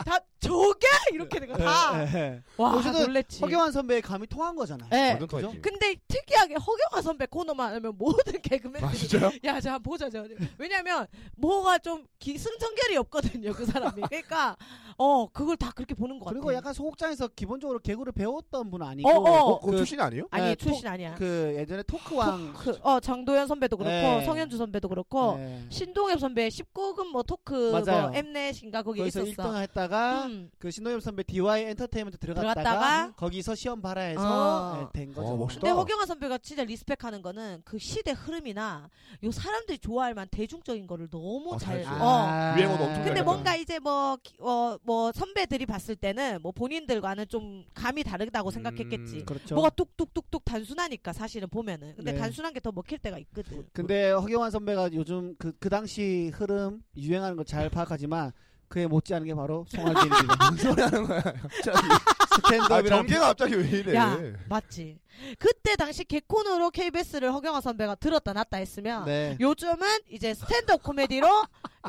다다 저게 이렇게 된 거야. 다.
예, 예.
와
어쨌든
놀랬지.
허경환 선배의 감이 통한 거잖아요
네.
완전
그죠?
터졌지.
근데 특이하게 허경화 선배 코너만 하면 모든
아
개그맨들이
진짜요?
야, 저 한번 보자, 저. 왜냐면, 뭐가 좀 기승전결이 없거든요, 그 사람이. 그러니까, 어, 그걸 다 그렇게 보는 것 같아요.
그리고 약간 소극장에서 기본적으로 개그를 배웠던 분 아니고
어, 어.
어, 그거 출신 아니에요?
아니,
네,
출신 아니야.
그 예전에 토크왕
그, 어, 장도연 선배도 그렇고,
네.
성현주 선배도 그렇고,
네.
신동엽 선배 19금 뭐 토크,
맞아요.
뭐 엠넷인가 거기
거기서
있었어.
1등 했다가
음.
그 신동엽 선배 DY 엔터테인먼트 들어갔다가,
들어갔다가
거기서 시험 발화해서
어.
예, 된 거죠.
어, 멋있다.
근데 허경환 선배가 진짜 리스펙하는 거는 그 시대 흐름이나 요 사람들이 좋아할 만한 대중적인 거를 너무
아,
잘,
잘했어요.
어,
유행어도 엄청
근데
그러니까.
뭔가 이제 뭐, 기- 어, 뭐 선배들이 봤을 때는 뭐 본인들과는 좀 감이 다르다고 생각했겠지.
음.
그렇죠.
뭐가 뚝뚝뚝뚝 단순하니까 사실은 보면은. 근데
네.
단순한 게 더 먹힐 때가 있거든.
근데 허경환 선배가 요즘 그, 그 당시 흐름 유행하는 걸 잘 파악하지만 그에 못지않은 게 바로 송하진입니다.
무슨 소리 하는 거야? 갑자기. 아,
스탠드업이랑
전개가 갑자기 왜 이래? 아,
야, 맞지. 그때 당시 개콘으로 KBS를 허경화 선배가 들었다 놨다 했으면
네.
요즘은 이제 스탠드업 코미디로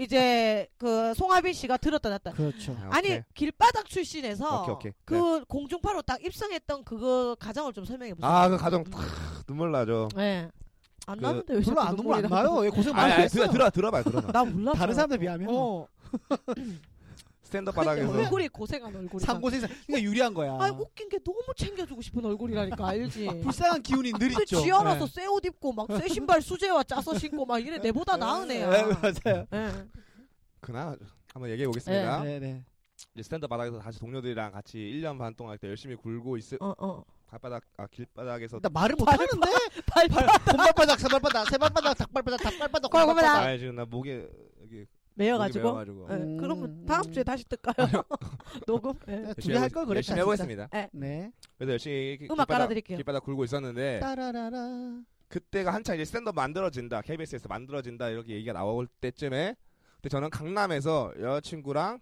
이제 그 송하빈 씨가 들었다 놨다.
그렇죠.
아,
아니
오케이.
길바닥 출신에서
오케이, 오케이.
그
네.
공중파로 딱 입성했던 그거 가정을 좀 설명해 보세요.
아, 그 가정 탁 눈물 나죠.
네. 안
그-
나는데 왜
별로
자꾸
안 눈물 안
눈물이
나요. 예,
그
고생 많이
아니, 아니,
했어요.
들어 들어 들어봐요, 들어봐.
나 몰라.
다른 사람들 비하면
어.
스탠드
근데
바닥에서
얼굴이 고생한 얼굴이야.
상고생산 그러니까 유리한 거야. 네.
아 웃긴 게 너무 챙겨주고 싶은 얼굴이라니까 알지.
아, 불쌍한 기운이 늘
근데
있죠.
지 알아서
네.
쇠 옷 입고 막 쇠 신발 수제화 짜서 신고 막 이래 내보다 나은 애야.
네, 맞아요.
예.
그나 한번 얘기해 보겠습니다.
네, 네.
이제 스탠드 바닥에서 다시 동료들이랑 같이 1년 반 동안 그때 열심히 굴고 있을
어 어.
발바닥 아 길바닥에서
나 말을 못 하는데.
발
발, 봄발바닥, 새발바닥, 새발바닥, 닭발바닥,
콜콜바닥.
닭발바닥, 콜콜바닥.
아, 지금 나 목에 여기
매여가지고.
가지고
예,
음.
그러면 다음 주에 다시 뜰까요? 녹음. 예.
두개 할 걸 네, 그랬다.
열심히
진짜.
해보겠습니다.
네.
그래서 열심히 길-
음악
길바닥-
깔아드릴게요.
길바닥 굴고 있었는데
따라라라.
음. 그때가 한창 이제 스탠드업 만들어진다 KBS에서 만들어진다 이렇게 얘기가 나올 때쯤에 근데 저는 강남에서 여자친구랑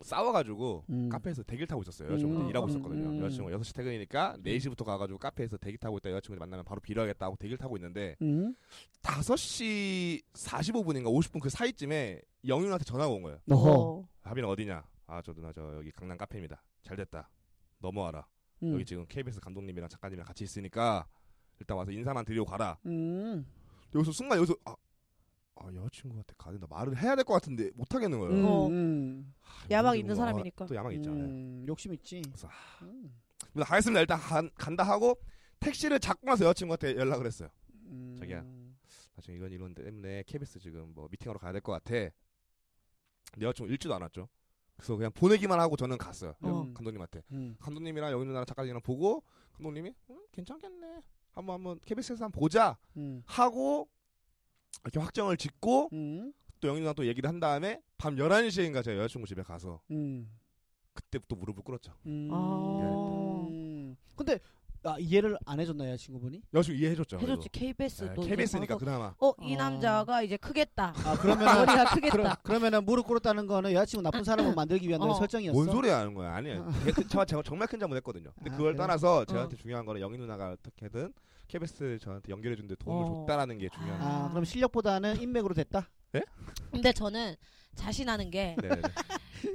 싸워가지고
음.
카페에서 대기를 타고 있었어요 여자친구
음,
일하고
음,
있었거든요
음.
여자친구 6시 퇴근이니까 4시부터 가가지고 카페에서 대기 타고 있다 여자친구 만나면 바로 빌어야겠다 하고 대기를 타고 있는데
음.
5시 45분인가 50분 그 사이쯤에 영윤한테 전화가 온 거예요
어허.
하빈 어디냐 아 저 누나 저 여기 강남 카페입니다 잘 됐다 넘어와라
음.
여기 지금 KBS 감독님이랑 작가님이랑 같이 있으니까 일단 와서 인사만 드리고 가라
음.
여기서 순간 여기서 아, 아, 여자친구한테 가야 된다 말을 해야 될 것 같은데 못 하겠는 거예요.
음.
어.
음.
아,
야망
여자친구가
있는 사람이니까.
또 야망 있잖아요.
음, 욕심 있지.
그래서
음.
근데 가겠습니다. 일단 간, 간다 하고 택시를 잡고 나서 여자친구한테 연락을 했어요.
음.
자기야. 나중에 이건 이런 때문에 KBS 지금 뭐 미팅하러 가야 될 것 같아. 근데 여자친구 읽지도 않았죠. 그래서 그냥 보내기만 하고 저는 갔어요.
어.
음.
감독님한테.
음.
감독님이랑 영희 누나랑 작가님이랑 보고 감독님이 음, 괜찮겠네. 한번 한번 KBS에서 한번 보자
음.
하고 이렇게 확정을 짓고
음.
또 영희 누나 또 얘기를 한 다음에 밤 11시인가 제가 여자친구 집에 가서
음.
그때부터 무릎을 꿇었죠.
음.
아.
음. 근데 아, 이해를 안 해줬나요, 친구분이?
여자친구 이해해줬죠.
해줬지 KBS 도
KBS니까 예, 그나마.
어이
어.
남자가 이제 크겠다.
아, 그러면은
머리가 크겠다.
그러, 그러면은 무릎 꿇었다는 거는 여자친구 나쁜 사람을 만들기 위한 너의
어.
설정이었어.
뭔 소리 하는 거야? 아니에요. 걔 그- 제가, 제가 정말 큰 잘못했거든요. 근데
아,
그걸
그래요?
떠나서 저한테 중요한 거는 영희 누나가 어떻게든 KBS 저한테 연결해 준데 도움을
어.
줬다라는 게 중요한. 아.
아, 그럼 실력보다는 인맥으로 됐다.
근데 저는 자신하는 게
네네.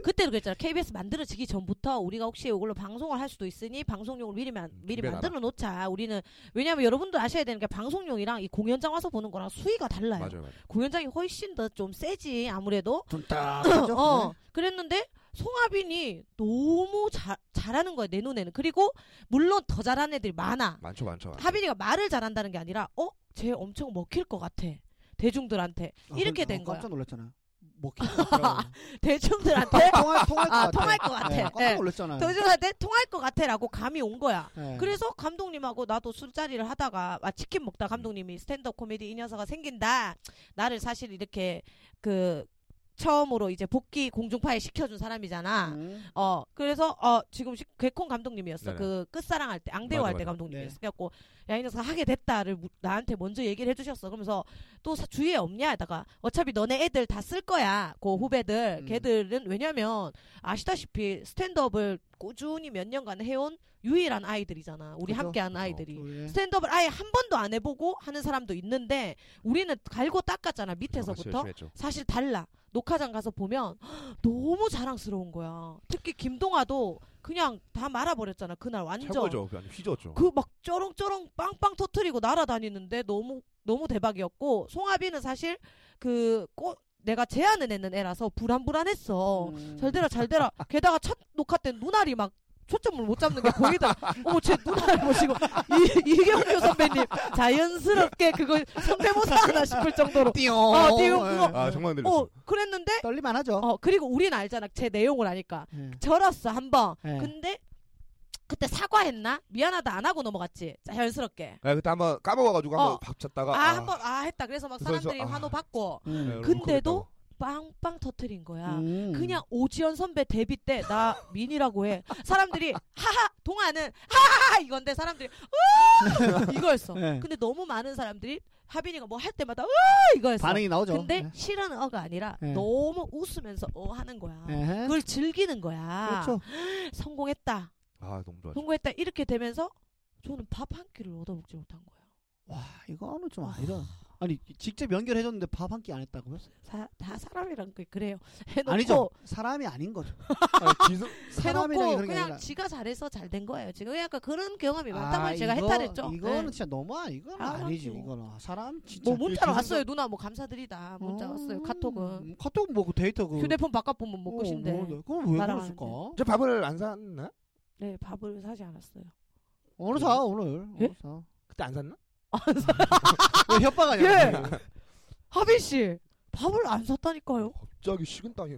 그때도 그랬잖아. KBS 만들어지기 전부터 우리가 혹시 이걸로 방송을 할 수도 있으니 방송용을 미리 만, 미리
준비해놔라.
만들어 놓자. 우리는 왜냐하면 여러분도 아셔야 되는 게 방송용이랑 이 공연장 와서 보는 거랑 수위가 달라요.
맞아요, 맞아요.
공연장이 훨씬 더 좀 세지 아무래도.
둔딱.
어, 그랬는데 송하빈이 너무 잘 잘하는 거야 내 눈에는. 그리고 물론 더 잘하는 애들이 많아.
많죠, 많죠. 많죠.
하빈이가 말을 잘한다는 게 아니라 그렇죠. 어? 쟤 엄청 먹힐 것 같아. 대중들한테 이렇게 된 거야.
어, 깜짝 놀랐잖아요. 먹힐 것 같아요.
대중들한테
네, 통할 통할 것
아,
같아.
통할 것 같아. 네.
예,
예.
깜짝 놀랐잖아요.
대중한테 통할 것 같아라고 감이 온 거야.
예.
그래서 감독님하고 나도 술자리를 하다가 아 치킨 먹다 감독님이 스탠드업 코미디 이 녀석아 생긴다 나를 사실 이렇게 그 처음으로 이제 복귀 공중파에 시켜준 사람이잖아
음.
어 그래서 어 지금 시- 개콘 감독님이었어
네네.
그 끝사랑 할때 앙대호
맞아,
할 때
맞아.
감독님이었어
네.
그래갖고 야 이 녀석 하게 됐다를 무- 나한테 먼저 얘기를 해주셨어 그러면서 또 사- 주위에 없냐 하다가 어차피 너네 애들 다 쓸 거야 그 후배들
음.
걔들은 왜냐면 아시다시피 스탠드업을 꾸준히 몇 년간 해온 유일한 아이들이잖아 우리 음.
그죠.
함께한
그죠.
아이들이
우리
스탠드업을 아예 한 번도 안 해보고 하는 사람도 있는데 우리는 갈고 닦았잖아 밑에서부터
했죠.
사실 달라. 녹화장 가서 보면 너무 자랑스러운 거야. 특히 김동아도 그냥 다 말아버렸잖아. 그날 완전
최고죠. 그냥 휘저었죠.
그 막 쩌렁쩌렁 빵빵 터트리고 날아다니는데 너무 너무 대박이었고 송하빈은 사실 그 꽃, 내가 제안을 했는 애라서 불안불안했어.
음.
잘 되라 잘 되라. 게다가 첫 녹화 때 눈알이 막 초점을 못 잡는 게 보이다. 어머 제 눈알 보시고 이, 이경규 선배님 자연스럽게 그걸 성대모사 하나 싶을 정도로
띠용.
아, 띠용 그거.
예.
아 정말
어
늘렸어.
그랬는데
떨리면 하죠.
어 그리고 우린 알잖아 제 내용을 아니까
예.
절었어 한번
예.
근데 그때 사과했나 미안하다 안 하고 넘어갔지 자연스럽게
아, 그때 한번 까먹어가지고
어.
한번 밥 쳤다가
아 한번 아 했다 그래서 막
그래서
사람들이
아.
환호 받고
음.
네,
근데도
롱커겠다고.
빵빵 터트린 거야
음.
아, 그냥 오지연 선배 데뷔 때 나 민이라고 해 사람들이 하하 동아는 하하 이건데 사람들이 으 이거였어
예.
근데 너무 많은 사람들이 하빈이가 뭐 할 때마다 으 이거였어
반응이 나오죠.
근데
예.
실은 어가 아니라
예.
너무 웃으면서 어 하는 거야
에헤.
그걸 즐기는 거야
네. 그렇죠.
성공했다
아 너무 좋아.
성공했다 이렇게 되면서 저는 밥 한 끼를 얻어먹지 못한 거예요.
와 이거는 좀 아니다. 아니 직접 연결해줬는데 밥 한 끼 안 했다고요?
사- 다 사람이란 게 그래요. 해놓고
아니죠. 사람이 아닌 거죠.
지수
사람이라는
해놓고
그런 게
그냥
아니라.
지가 잘해서 잘 된 거예요. 지금 약간 그런 경험이
아,
많다 보니 제가
이거-
해탈했죠.
이거는
네.
진짜 너무 아 이건
아,
아니죠.
맞죠.
이거는 아, 사람 진짜.
뭐 문자로
그
왔어요. 누나 뭐 감사드리다. 문자
음,
왔어요. 카톡은
음, 카톡은 뭐 데이터 그.
휴대폰 바꿔 보면 못
어,
끝인데.
뭐, 그건 왜
나랑
그랬을까?
저 밥을 안 샀나?
네 밥을 사지 않았어요.
오늘 사 오늘.
예?
오늘 사.
그때 안 샀나?
왜 협박 아니야?
예. 하빈 씨 밥을 안 샀다니까요.
어.
갑자기 식은땀이.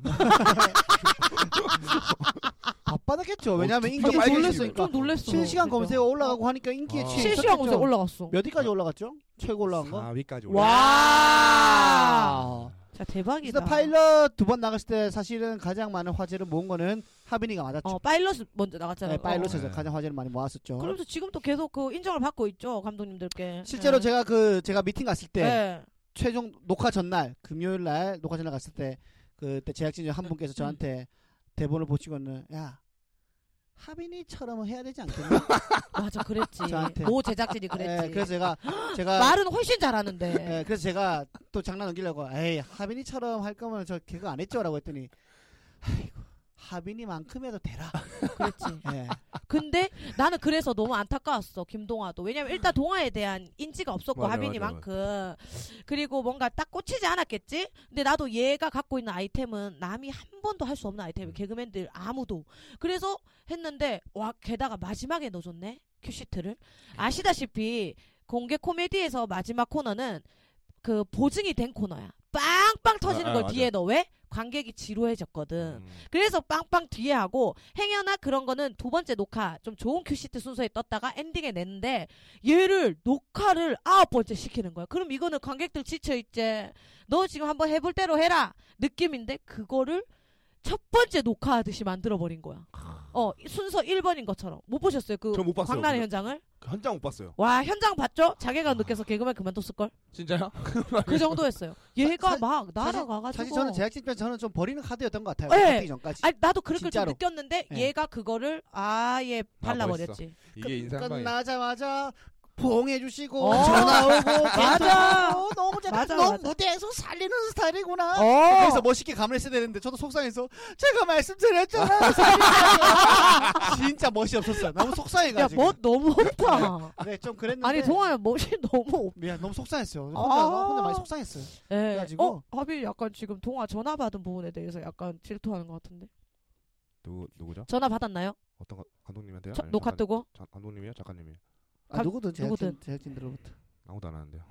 바빠졌겠죠. 왜냐면
어,
인기에
진짜 빨리
놀랬으니까.
좀 놀랬어. 진짜.
실시간 검색어 그러니까. 올라가고 하니까 인기에
그러니까. 아.
취해.
실시간 검색
있었겠죠.
올라갔어. 아.
몇 위까지 올라갔죠? 최고 올라간 거?
4위까지
와.
올라.
자 대박이다.
진짜 파일럿 두 번 나갔을 때 사실은 가장 많은 화제를 모은 거는 하빈이가 맞았죠.
어 파일럿 먼저
네,
나갔잖아요. 어.
파일럿에서
네.
가장 화제를 많이 모았었죠.
그러면서 지금도 계속 그 인정을 받고 있죠 감독님들께.
실제로
네.
제가 그 제가 미팅 갔을 때
네.
최종 녹화 전날 금요일 날 녹화 전날 갔을 때 그때 제작진 중한 분께서 저한테 대본을 보시고는 야 하빈이처럼 해야 되지 않겠나?
맞아 그랬지.
저한테.
노 제작진이
예,
그랬지.
그래서 제가 제가
말은 훨씬 잘하는데.
예, 그래서 제가 또 장난 넘기려고 에이 하빈이처럼 할 거면 저 개그 안 했죠라고 했더니 아이고 하빈이만큼이라도 되라.
그랬지.
예.
근데 나는 그래서 너무 안타까웠어 김동아도. 왜냐면 일단 동아에 대한 인지가 없었고
맞아,
하빈이만큼. 그리고 뭔가 딱 꽂히지 않았겠지. 근데 나도 얘가 갖고 있는 아이템은 남이 한 번도 할 수 없는
음.
아이템이 개그맨들 아무도. 그래서 했는데 와 게다가 마지막에 넣어줬네 큐시트를. 아시다시피 공개 코미디에서 마지막 코너는 그 보증이 된 코너야. 빵빵 터지는
아,
걸
맞아.
뒤에 넣어 왜? 관객이
음.
지루해졌거든. 그래서 빵빵 뒤에 하고 행여나 그런 거는 두 번째 녹화 좀 좋은 큐시트 순서에 떴다가 엔딩에 냈는데 얘를 녹화를 아홉 번째 시키는 거야. 그럼 이거는 관객들 지쳐 있지. 너 지금 한번 해볼 대로 해라 느낌인데 그거를 첫 번째 녹화하듯이 만들어 버린 거야. 어 순서 1번인 것처럼 못 보셨어요 그
저못 봤어요,
광란의
근데. 아.
현장을?
현장 못 봤어요.
와 현장 봤죠? 자기가 느껴서 개그맨 그만뒀을 걸.
진짜요?
그 정도였어요. 얘가
사-
막
사실-
날아가가지고.
사실 저는 제작진 편에 저는 좀 버리는 카드였던 것 같아요.
뭐. 예.
미팅 전까지.
아니 나도 그렇게 좀
진짜로.
느꼈는데
예.
얘가 그거를 아예 발라버렸지.
이게 인상방이.
끝나자마자 부엉해 주시고
어.
전화 오고
맞아.
어, 너무 잘
맞아,
너무
맞아.
무대에서 살리는 스타일이구나.
어.
그래서 뭐 멋있게 감을 했어야 되는데 저도 속상해서 제가 말씀드렸잖아요. 진짜 멋이 없었어요. 너무
야,
속상해가지고.
멋 너무 없다.
네, 좀 그랬는데.
아니 동아야 멋이 너무 없.
미안, 너무 속상했어요. 혼자,
아.
혼자 많이 속상했어요.
예.
그래가지고.
어, 하빈 약간 지금 동아 전화 받은 부분에 대해서 약간 질투하는 것 같은데.
누구 누구죠?
전화 받았나요?
어떤 가- 감독님한테요?
저,
아니면
녹화
작가님?
뜨고.
자- 감독님이요? 작가님이요?
아,
감-
누구든 제작진,
누구든.
아, 제작진들로부터.
아무도 안 하는데요.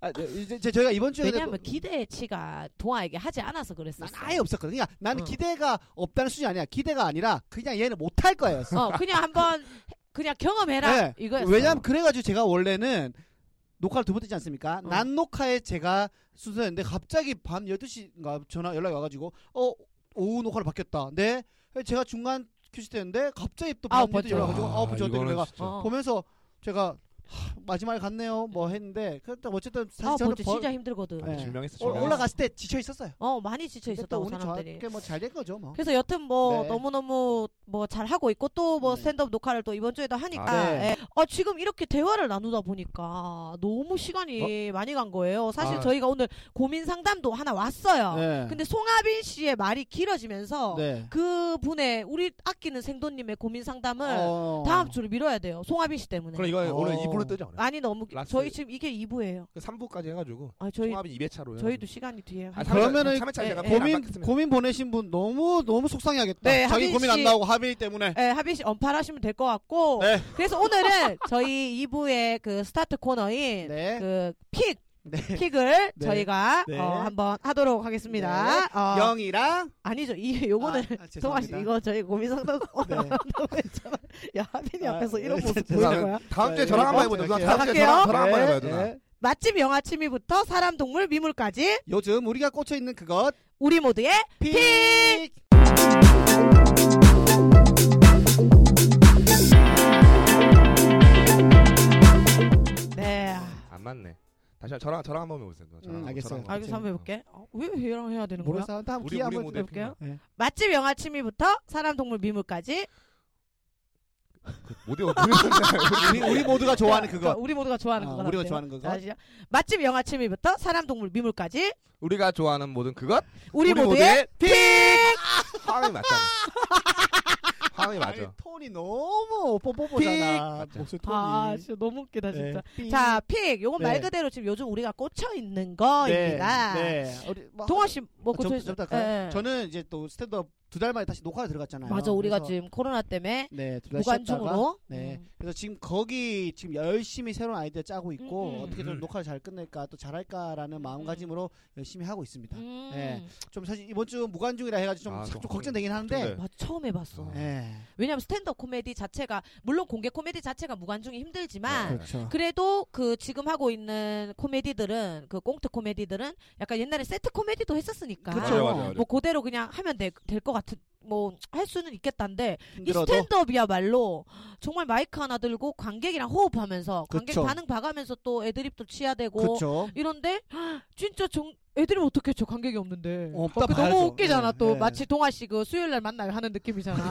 아,
네,
이제 제- 저희가 이번 주에 근데
왜냐하면 기대치가 동아에게 하지 않아서
난
그랬었어.
아예 없었거든. 그러니까 난
어.
기대가 없다는 수준이 아니야. 기대가 아니라 그냥 얘는 못할 거예요.
어 그냥 한번 그냥 경험해라
네.
이거였어.
왜냐면 그래가지고 제가 원래는 녹화를 두 번 했지 않습니까?
어.
난 녹화에 제가 순서였는데 갑자기 밤 12시인가 전화 연락이 와가지고 어 오후 녹화로 바뀌었다. 네. 제가 중간 큐시 때였는데 갑자기
아홉
또밤 12시
번째.
연락 와가지고
아,
아홉 번째 왔더니
이거는
내가
진짜.
어.
보면서 제가 하, 마지막에 갔네요 뭐 했는데 그랬다 어쨌든
아
사실 저는
뭐지
번-
진짜 힘들거든.
네.
증명했어.
올-
증명했어.
올라갔을 때 지쳐 있었어요.
어 많이 지쳐
근데 또
있었다고
운이
사람들이.
좋게 뭐잘 된 거죠 뭐.
그래서 여튼 뭐
네.
너무너무 뭐 잘 하고 있고 또 뭐
네.
스탠드업 녹화를 또 이번 주에도 하니까
아,
예.
네.
아, 지금 이렇게 대화를 나누다 보니까 너무
어?
시간이 많이 간 거예요. 사실
아.
저희가 오늘 고민 상담도 하나 왔어요.
네.
그러니까. 근데 송하빈 씨의 말이 길어지면서
네.
그 분의 우리 아끼는 생도님의 고민 상담을
어.
다음 주로 미뤄야 돼요. 송하빈 씨 때문에.
그럼 이거
어.
오늘 2부로 뜨자 오늘.
아니 너무
라스-
저희 지금 이게 2부예요.
그 3부까지 해가지고
아 저희
통합이 2회차로.
저희도 시간이 뒤에.
아,
그러면은
그러면은 3회차 제가
예,
고민 안
고민
받겠습니다.
고민 보내신 분 너무 너무 속상해하겠다.
네,
자기
하빈
고민 안
씨.
나오고 하빈이 때문에.
예, 하빈 씨 언팔하시면 될 것 같고.
네.
그래서 오늘은 저희 2부의 그 스타트 코너인
네.
그 픽,
네.
픽을
네.
저희가
네.
어, 한번 하도록 하겠습니다. 어,
영이랑
아니죠. 이 요거는
아, 아, 죄송합니다.
동아 씨 이거 저희 고민 상담
네.
했잖아. 야, 하빈이
아,
앞에서 이런
네,
모습 보이는 거야?
다음, 다음 주에 저랑 한번 해보자. 누나, 다음 주에
갈게요.
저랑, 저랑 한번
네,
해봐요 예. 누나.
네.
맛집 영화 취미부터 사람 동물 미물까지
요즘 우리가 꽂혀 있는 그것
우리 모두의
픽.
네.
안 아, 맞네. 다시 한- 저랑 저랑 한번 해보세요. 누나. 저랑
음,
한번,
알겠어요.
저랑 한번.
알겠어 한번 해볼게. 어, 왜 얘랑 해야 되는 거야?
모르겠어. 다음
우리
기회
우리
한번
모델
해볼게요.
네.
맛집 영화 취미부터 사람 동물 미물까지
못 외워. 그 모르겠네.
우리, 우리 모두가 좋아하는
자,
그것.
우리 모두가 좋아하는
어,
그거
우리가
같아요.
좋아하는 그거.
다시요. 맛집 영화 취미부터 사람 동물 미물까지
우리가 좋아하는 모든 그것
우리, 모두의 픽!
화음이 맞잖아. 화음이 맞아.
아니, 톤이 너무 뽀뽀뽀잖아.
픽!
목소리 톤이.
아 진짜 너무 웃기다
네.
진짜.
픽.
자 픽, 요건
네.
말 그대로 지금 요즘 우리가 꽂혀 있는 거입니다.
네. 네. 우리 뭐
동아 씨뭐 꽂혀 있어?
저-
예,
저부터 할까요? 저는 이제 또 스탠드업 두 달 만에 다시 녹화를 들어갔잖아요.
네. 맞아, 우리가
그래서
지금 코로나 때문에
네, 두달 쉬었다가
무관중으로.
네.
음.
그래서 지금 거기 지금 열심히 새로운 아이디어 짜고 있고
음, 음.
어떻게 좀
음.
녹화를 잘 끝낼까 또 잘할까라는 마음가짐으로 열심히 하고 있습니다.
음.
네. 좀 사실 이번 주 무관중이라 해가지고 좀,
아,
좀
좀
걱정되긴 하는데.
걱정돼.
맞아, 처음 해봤어.
아. 네.
예.
왜냐면 스탠드 코미디 자체가 물론 공개 코미디 자체가 무관중이 힘들지만
네.
그렇죠.
그래도 그 지금 하고 있는 코미디들은 그 꽁트 코미디들은 약간 옛날에 세트 코미디도 했었으니까
그쵸.
맞아 맞아. 맞아.
뭐 그대로 그냥 하면 될 것 같은 뭐 할 수는 있겠단데 이
힘들어도
스탠드업이야말로 정말 마이크 하나 들고 관객이랑 호흡하면서 관객
그쵸.
반응 봐가면서 또 애드립도 치야 되고
그렇죠.
뭐 이런데 헉, 진짜 정 애드립 어떻게 쳐 관객이 없는데
어,
그 너무
봐야죠.
웃기잖아
네,
또
네.
마치 동아 씨 그 수요일 날 만나요 하는 느낌이잖아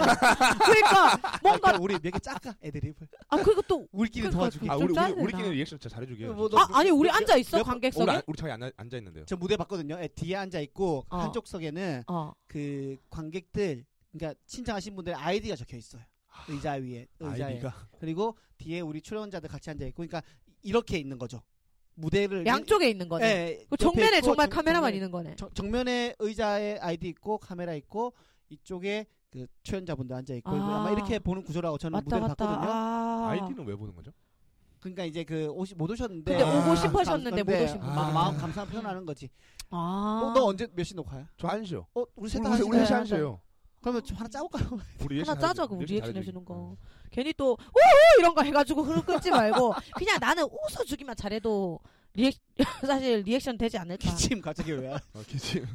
그러니까 뭔가
우리 몇 개 짝까 애드립을
아 그리고 또
우리끼리
그러니까
도와주기.
좀-
아 우리
짜야 되나?
우리 끼리 리액션 진짜 잘해주게.
뭐,
아, 아니 우리
몇-
앉아 있어
몇-
우리
관객석에
안- 우리 저기 안- 앉아 있는데요.
저 무대 봤거든요. 예, 뒤에 앉아 있고
어.
한쪽 석에는
어.
그 관객들 그러니까 신청하신 분들의 아이디가 적혀 있어요. 의자 위에 의자에
아이디가
그리고 뒤에 우리 출연자들 같이 앉아 있고 그러니까 이렇게 있는 거죠. 무대를
양쪽에 있는 거네.
그 예,
그
옆에
정면에
있고
정말
정-
카메라만
정면-
있는 거네.
정- 정면에 의자에 아이디 있고 카메라 있고 이쪽에 그 출연자분들 앉아 있고
아.
아. 마 이렇게 보는 구조라고 저는
맞다
무대를
맞다.
봤거든요.
아.
아이디는 왜 보는 거죠?
그러니까 이제 그 오시 못 오셨는데
근데
아,
오고 싶어 하셨는데 못
근데
오신 분.
마-
아.
마음 감사한 표현하는 거지.
아.
어, 너 언제 몇 시 녹화야?
저 안 쉬어.
어 우리 셋다
우리 우리
하시네.
셋이 안 쉬어요.
그러면 좀 하나 짜볼까요?
우리 리액션
하나 짜자
잘해주게.
그럼
리액션
리액션
잘해주게.
해주는 거.
응.
괜히 또 우후 이런 거 해가지고 흐름 끊지 말고 그냥 나는 웃어주기만 잘해도 리액 사실 리액션 되지 않을까.
기침 갑자기 왜?
아, 기침.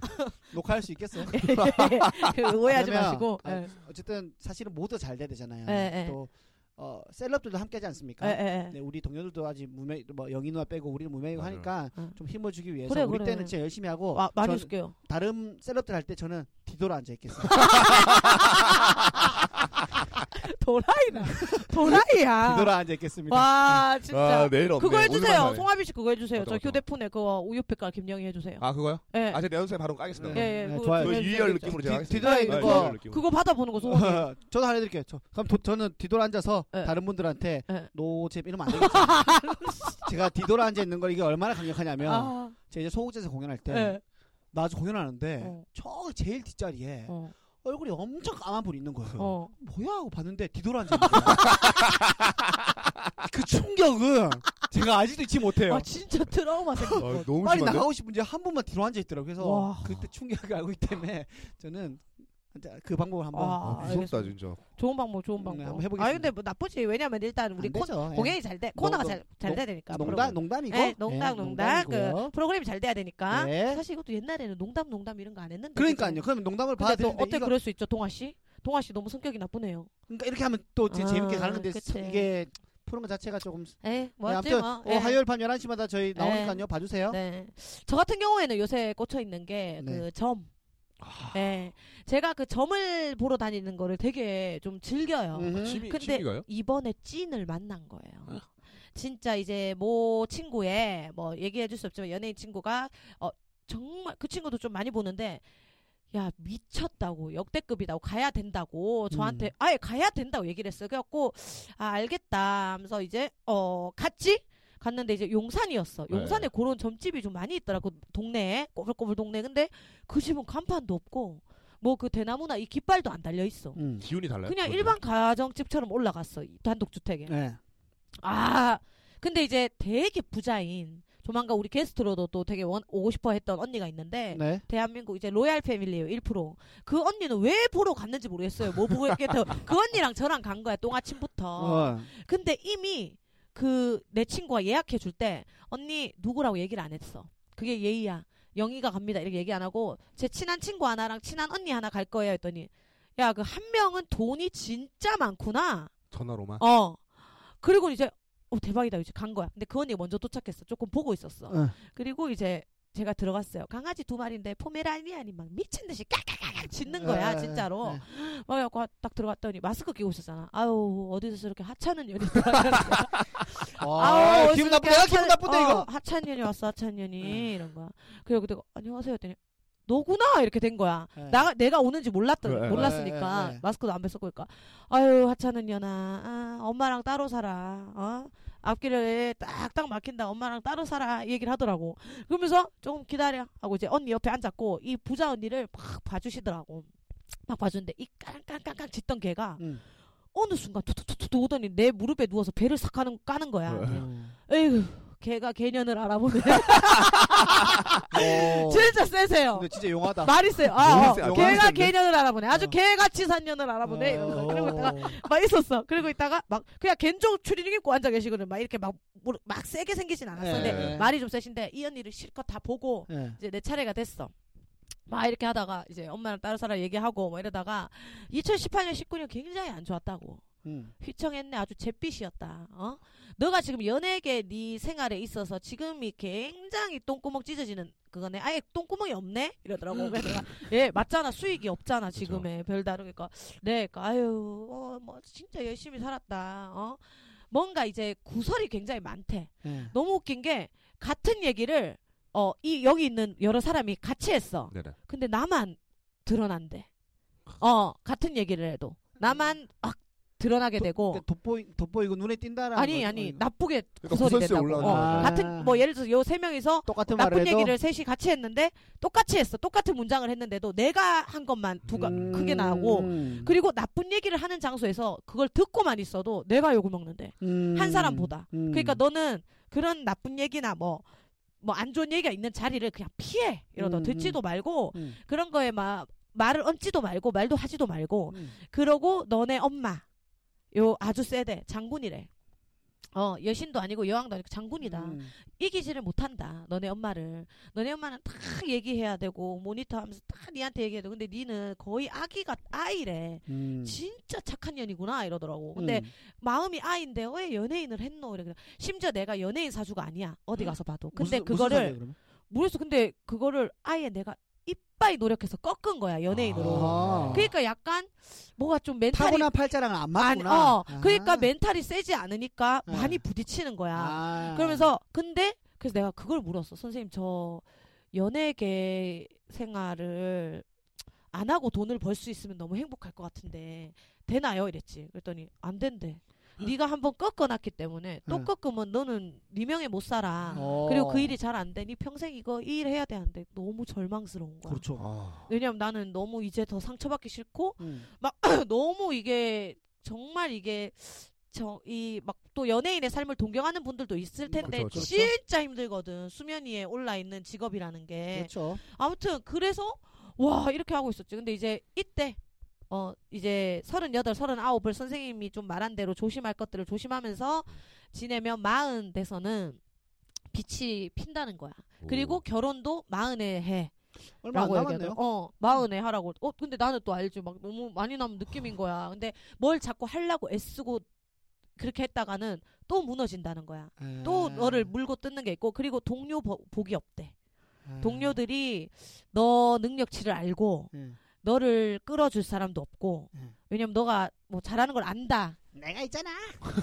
녹화할 수 있겠어?
그 오해하지
왜냐면,
마시고.
아,
예.
어쨌든 사실은 모두 잘 돼야 되잖아요.
예, 예.
또 어, 셀럽들도 함께하지 않습니까?
예, 예, 예.
네, 우리 동료들도 아직 무명, 뭐 영희 누나 빼고 우리는 무명이고
맞아요.
하니까
응.
좀 힘을 주기 위해서
어. 그래,
우리
그래.
때는 진짜 열심히 하고
어, 와, 많이
전
웃을게요.
다른 셀럽들 할 때 저는 뒤돌아 앉아 있겠어요.
도라이다. 도라이야.
뒤돌아 앉아 있겠습니다.
와
아
진짜.
내일 없네.
그거 해주세요.
오늘만 하네.
송하빈 씨 그거 해주세요.
맞아,
저
맞아.
휴대폰에 그거 우유팩깔 김영희 해주세요.
아 그거요?
예.
아 제가 내연세 바로 까겠습니다.
네.
예, 예.
네,
그-
좋아요.
그
네,
유희열
네,
느낌으로
뒤-
제가 하겠습니다.
뒤돌아
네,
있는
네,
아,
거
유희열 느낌으로.
그거 받아보는 거 소원이.
저도 하나 해드릴게요. 저, 그럼 도- 저는 뒤돌아 앉아서
네.
다른 분들한테
네.
노잼 이러면 안 되겠죠. 제가 뒤돌아 앉아 있는 걸 이게 얼마나 강력하냐면
아,
제가 이제 소극제에서 공연할 때
예.
나 아주 공연하는데
어.
저 제일 뒷자리에
어,
얼굴이 엄청 까만 분이 있는 거예요.
어.
뭐야 하고 봤는데 뒤돌아 앉아 있는 거야. 그 충격은 제가 아직도 잊지 못해요.
아 진짜 트라우마 생긴 것
아,
같아.
너무
빨리
심한데?
나가고 싶은데 한 번만 뒤로 앉아 있더라고. 그래서
와.
그때 충격을 알고 있기 때문에 저는 그 방법을 한번
아,
아, 무섭다
알겠습니다.
진짜.
좋은 방법 좋은
네,
방법.
한번 해보겠습니다.
아 근데 뭐 나쁘지 왜냐면 일단 우리
안
코,
되죠. 예.
공연이 잘 돼.
농-
코너가
농-
잘, 잘 돼야 되니까.
농담 농담이고
예, 농담,
예,
농담.
농담이고요.
그 프로그램이 잘 돼야 되니까.
네.
사실 이것도 옛날에는 농담, 농담 이런 거 안 했는데.
그러니까요.
그죠?
그러면 농담을
근데 또
받아들이는데
어때
이거-
그럴 수 있죠, 동아 씨? 동아 씨 너무 성격이 나쁘네요.
그러니까 이렇게 하면 또 제-
아,
재밌게 가는 건데
그치.
이게 푸는 것 자체가 조금
에,
네,
뭐였지?
아무튼
뭐.
어,
예.
화요일 밤 11시마다 저희 나오니까요.
네.
봐주세요.
네. 저 같은 경우에는 요새 꽂혀 있는 게 그
네. 아.
점. 네. 제가 그 점을 보러 다니는 거를 되게 좀 즐겨요.
음흠.
취미,
근데-
취미가요? 어?
이번에 찐을 만난 거예요. 진짜 이제 뭐 친구의 뭐 얘기해 줄 수 없지만 연예인 친구가 어 정말 그 친구도 좀 많이 보는데 야 미쳤다고 역대급이다고 가야 된다고 저한테
음.
아예 가야 된다고 얘기를 했어요. 그래갖고 아 알겠다 하면서 이제 어 갔지 갔는데 이제 용산이었어.
네.
용산에 그런 점집이 좀 많이 있더라고 동네에 꼬불꼬불 동네 근데 그 집은 간판도 없고 뭐 그 대나무나 이 깃발도 안 달려 있어.
음.
기운이 달라요.
그냥
그것도?
일반 가정집처럼 올라갔어 이 단독주택에
네.
아 근데 이제 되게 부자인 조만간 우리 게스트로도 또 되게 원, 오고 싶어 했던 언니가 있는데
네.
대한민국 이제 로얄 패밀리예요 1%그 언니는 왜 보러 갔는지 모르겠어요 뭐 보고 했겠다 그 언니랑 저랑 간 거야 똥 아침부터
어.
근데 이미 그 내 친구가 예약해 줄 때 언니 누구라고 얘기를 안 했어 그게 예의야 영희가 갑니다 이렇게 얘기 안 하고 제 친한 친구 하나랑 친한 언니 하나 갈 거예요 했더니 야 그 한 명은 돈이 진짜 많구나
전화로만.
어. 그리고 이제 어 대박이다 이제 간 거야. 근데 그 언니 먼저 도착했어. 조금 보고 있었어.
어.
그리고 이제 제가 들어갔어요. 강아지 두 마리인데 포메라니안이 막 미친 듯이 까까까까 짖는 거야
네,
진짜로.
네.
막 갖고 딱 들어갔더니 마스크 끼고 있었잖아. 아유 어디서 저렇게 하찮은 년이 들어왔냐.
아, 기분 나쁘다. 내가 기분
어.
나쁜데 이거. 음.
하찮은 년이 어, 왔어 하찮은 년이 이런 거야. 그리고 내가 안녕하세요 했더니 너구나 이렇게 된 거야.
네.
나 내가 오는지 몰랐더
네.
몰랐으니까
네, 네, 네.
마스크도 안 뺐었고 그러니까 아유 하찮은 년아 아, 엄마랑 따로 살아 어 앞길에 딱딱 막힌다 엄마랑 따로 살아 이 얘기를 하더라고 그러면서 조금 기다려 하고 이제 언니 옆에 앉았고 이 부자 언니를 막 봐주시더라고 막 봐주는데 이 깡깡깡깡 짖던 걔가
음.
어느 순간 투투투투 오더니 내 무릎에 누워서 배를 싹 하는 까는 거야
음.
에휴 걔가 개년을 알아보네
오.
아, 진짜 세세요
근데 진짜 용하다.
말이 세요 아, 어.
어. 너무 세요. 어.
걔가
너무 센데?
개년을 알아보네 아주
어.
개같이 산년을 알아보네 이러면서 그러고 있다가 막 있었어. 그리고 있다가 막 그냥 겐종 추리닝 입고 앉아 계시거든. 막 이렇게 막, 무릎- 막 세게 생기진 않았어. 아, 근데
네.
말이 좀 세신데 이 언니를 실컷 다 보고
네.
이제 내 차례가 됐어. 막 이렇게 하다가 이제 엄마랑 따로 살아 얘기하고 뭐 이러다가 2018년 19년 굉장히 안 좋았다고.
음.
휘청했네 아주 잿빛이었다. 어? 너가 지금 연예계 네 생활에 있어서 지금이 굉장히 똥구멍 찢어지는 그거네. 아예 똥구멍이 없네 이러더라고. 그래서 내가 예 맞잖아 수익이 없잖아 지금에 별다른 그러니까 네 그러니까 아유 어, 뭐 진짜 열심히 살았다. 어? 뭔가 이제 구설이 굉장히 많대.
네.
너무 웃긴 게 같은 얘기를 어 이 여기 있는 여러 사람이 같이 했어.
네네.
근데 나만 드러난대. 어 같은 얘기를 해도 나만 막 드러나게 되고
그러니까 돋보이 돋보이고 눈에 띈다라는
아니
거죠. 어,
아니
이거. 아.
나쁘게
그러니까
구설이
구설수에
된다고.
올라오는
어,
거죠.
같은 뭐 예를 들어서 요 세 명이서
똑같은 말을
나쁜
해도
얘기를 셋이 같이 했는데 똑같이 했어. 똑같은 문장을 했는데도 내가 한 것만 두가
음.
크게 나오고 그리고 나쁜 얘기를 하는 장소에서 그걸 듣고만 있어도 내가 욕을 먹는데
음.
한 사람보다.
음.
그러니까 너는 그런 나쁜 얘기나 뭐 뭐 안 좋은 얘기가 있는 자리를 그냥 피해 이러다
음,
듣지도 말고
음.
그런 거에 막 말을 얹지도 말고 말도 하지도 말고
음.
그러고 너네 엄마 요 아주 세대 장군이래. 어 여신도 아니고 여왕도 아니고 장군이다.
음.
이기지를 못한다. 너네 엄마를 너네 엄마는 다 얘기해야 되고 모니터하면서 다 니한테 얘기해도 근데 니는 거의 아기가 아이래.
음.
진짜 착한 년이구나 이러더라고. 근데
음.
마음이 아이인데 왜 연예인을 했노? 이래 심지어 내가 연예인 사주가 아니야. 어디 가서 봐도. 근데
음. 무슨- 무슨 사람이에요,
그거를
그러면?
모르겠어. 근데 그거를 아예 내가 이빠이 노력해서 꺾은 거야 연예인으로.
아.
그러니까 약간 뭐가 좀 멘탈이
타고난 팔자랑은 안
아니,
맞구나.
어,
아.
그러니까 멘탈이 세지 않으니까
아.
많이 부딪히는 거야.
아.
그러면서 근데 그래서 내가 그걸 물었어. 선생님 저 연예계 생활을 안 하고 돈을 벌 수 있으면 너무 행복할 것 같은데 되나요? 이랬지. 그랬더니 안 된대. 네가 한번 꺾어놨기 때문에 또
네.
꺾으면 너는 네 명에 못 살아.
어.
그리고 그 일이 잘 안 돼. 네 평생 이거 이 일 해야 되는데 너무 절망스러운 거야.
그렇죠.
아.
왜냐면 나는 너무 이제 더 상처받기 싫고
음.
너무 이게 정말 이게 저이막 또 연예인의 삶을 동경하는 분들도 있을 텐데
그렇죠, 그렇죠.
진짜 힘들거든 수면 위에 올라 있는 직업이라는 게
그렇죠.
아무튼 그래서 와 이렇게 하고 있었지. 근데 이제 이때 어 이제 38, 39을 선생님이 좀 말한 대로 조심할 것들을 조심하면서 지내면 마흔 돼서는 빛이 핀다는 거야. 그리고 결혼도 마흔에 해.
얼마 안
라고
남았네요.
얘기하더라고. 어, 마흔에 하라고. 어, 근데 나는 또 알지. 막 너무 많이 남은 느낌인 거야. 근데 뭘 자꾸 하려고 애쓰고 그렇게 했다가는 또 무너진다는 거야. 또
아,
너를 뭐 물고 뜯는 게 있고, 그리고 동료 보- 복이 없대.
아.
동료들이 너 능력치를 알고
예.
너를 끌어줄 사람도 없고
음.
왜냐면 너가 뭐 잘하는 걸 안다
내가 있잖아.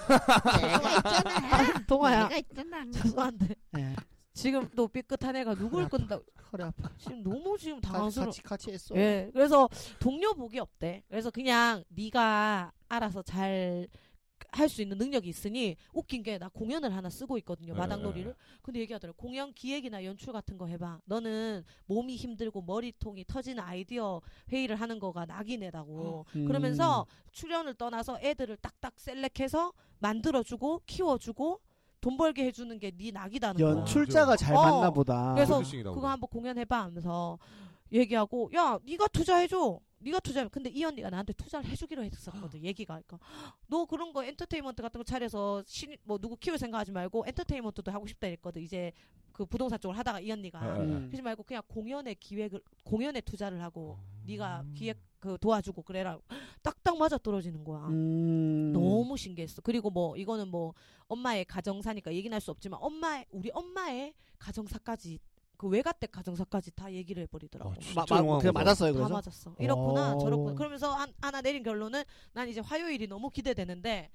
내가 있잖아.
동아야
내가 있잖아.
음.
죄송한데
예.
지금 또 삐끗한 애가 누굴
아파.
끈다
허리 아파.
지금 너무 지금
가-
당황스러워
같이 같이 했어.
예 그래서 동료 복이 없대 그래서 그냥 네가 알아서 잘 할 수 있는 능력이 있으니 웃긴 게 나 공연을 하나 쓰고 있거든요
네,
마당놀이를
네.
근데 얘기하더라고 공연 기획이나 연출 같은 거 해봐 너는 몸이 힘들고 머리통이 터지는 아이디어 회의를 하는 거가 낙인애다고
음.
그러면서 출연을 떠나서 애들을 딱딱 셀렉해서 만들어주고 키워주고 돈 벌게 해주는 게 네 낙이다는 거야.
연출자가
그렇죠.
잘
어.
맞나 보다.
그래서
컨디싱이다,
그거
그거.
한번 공연해봐 하면서 얘기하고 야 네가 투자해줘. 네가 투자해. 근데 이 언니가 나한테 투자를 해주기로 했었거든. 얘기가. 그러니까 너 그런 거 엔터테인먼트 같은 거 차려서 신, 뭐 누구 키울 생각하지 말고 엔터테인먼트도 하고 싶다 이랬거든. 이제 그 부동산 쪽을 하다가 이 언니가
네.
음.
그러지 말고 그냥 공연에 기획을 공연에 투자를 하고 네가 기획 그 도와주고 그래라. 딱딱 맞아 떨어지는 거야.
음.
너무 신기했어. 그리고 뭐 이거는 뭐 엄마의 가정사니까 얘기는 할 수 없지만 엄마의 우리 엄마의 가정사까지 그 외가댁 가정사까지 다 얘기를 해버리더라고.
아,
마,
진짜
마,
영화가
그냥
보다.
맞았어요.
다
그래서
맞았어. 이렇구나
오.
저렇구나. 그러면서 한, 하나 내린 결론은 난 이제 화요일이 너무 기대되는데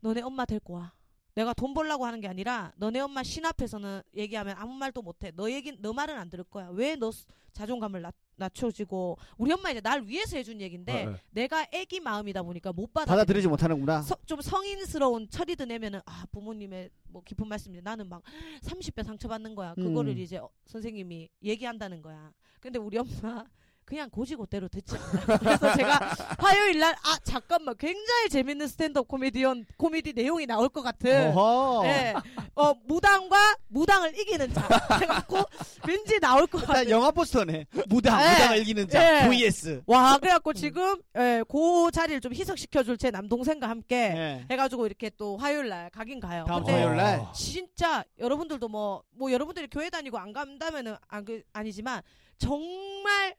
너네 엄마 될 거야. 내가 돈 벌라고 하는 게 아니라 너네 엄마 신 앞에서는 얘기하면 아무 말도 못해. 너 얘기 너 말은 안 들을 거야. 왜 너 자존감을 낮, 낮춰지고 우리 엄마 이제 날 위해서 해준 얘긴데
네, 네.
내가 애기 마음이다 보니까 못 받아.
받아들이지 못하는구나.
서- 좀 성인스러운 처리도 내면은 아 부모님의 뭐 깊은 말씀인데 나는 막 30배 상처받는 거야. 그거를
음.
이제 어, 선생님이 얘기한다는 거야. 근데 우리 엄마 그냥 고지고대로 듣지 않아요. 그래서 제가 화요일 날 아 잠깐만 굉장히 재밌는 스탠드업 코미디언 코미디 내용이 나올 것 같은.
어허.
예, 어 무당과 무당을 이기는 자 해갖고 왠지 나올 것
일단
같은.
영화 포스터네. 무당,
예.
무당을 이기는 자.
예.
vs.
와 그래갖고 지금 예, 그 자리를 좀 희석시켜줄 제 남동생과 함께
예.
해가지고 이렇게 또 화요일 날 가긴 가요.
다음
근데
화요일 날.
아.
진짜 여러분들도 뭐 뭐 여러분들이 교회 다니고 안 간다면은 안 그, 아니지만 정말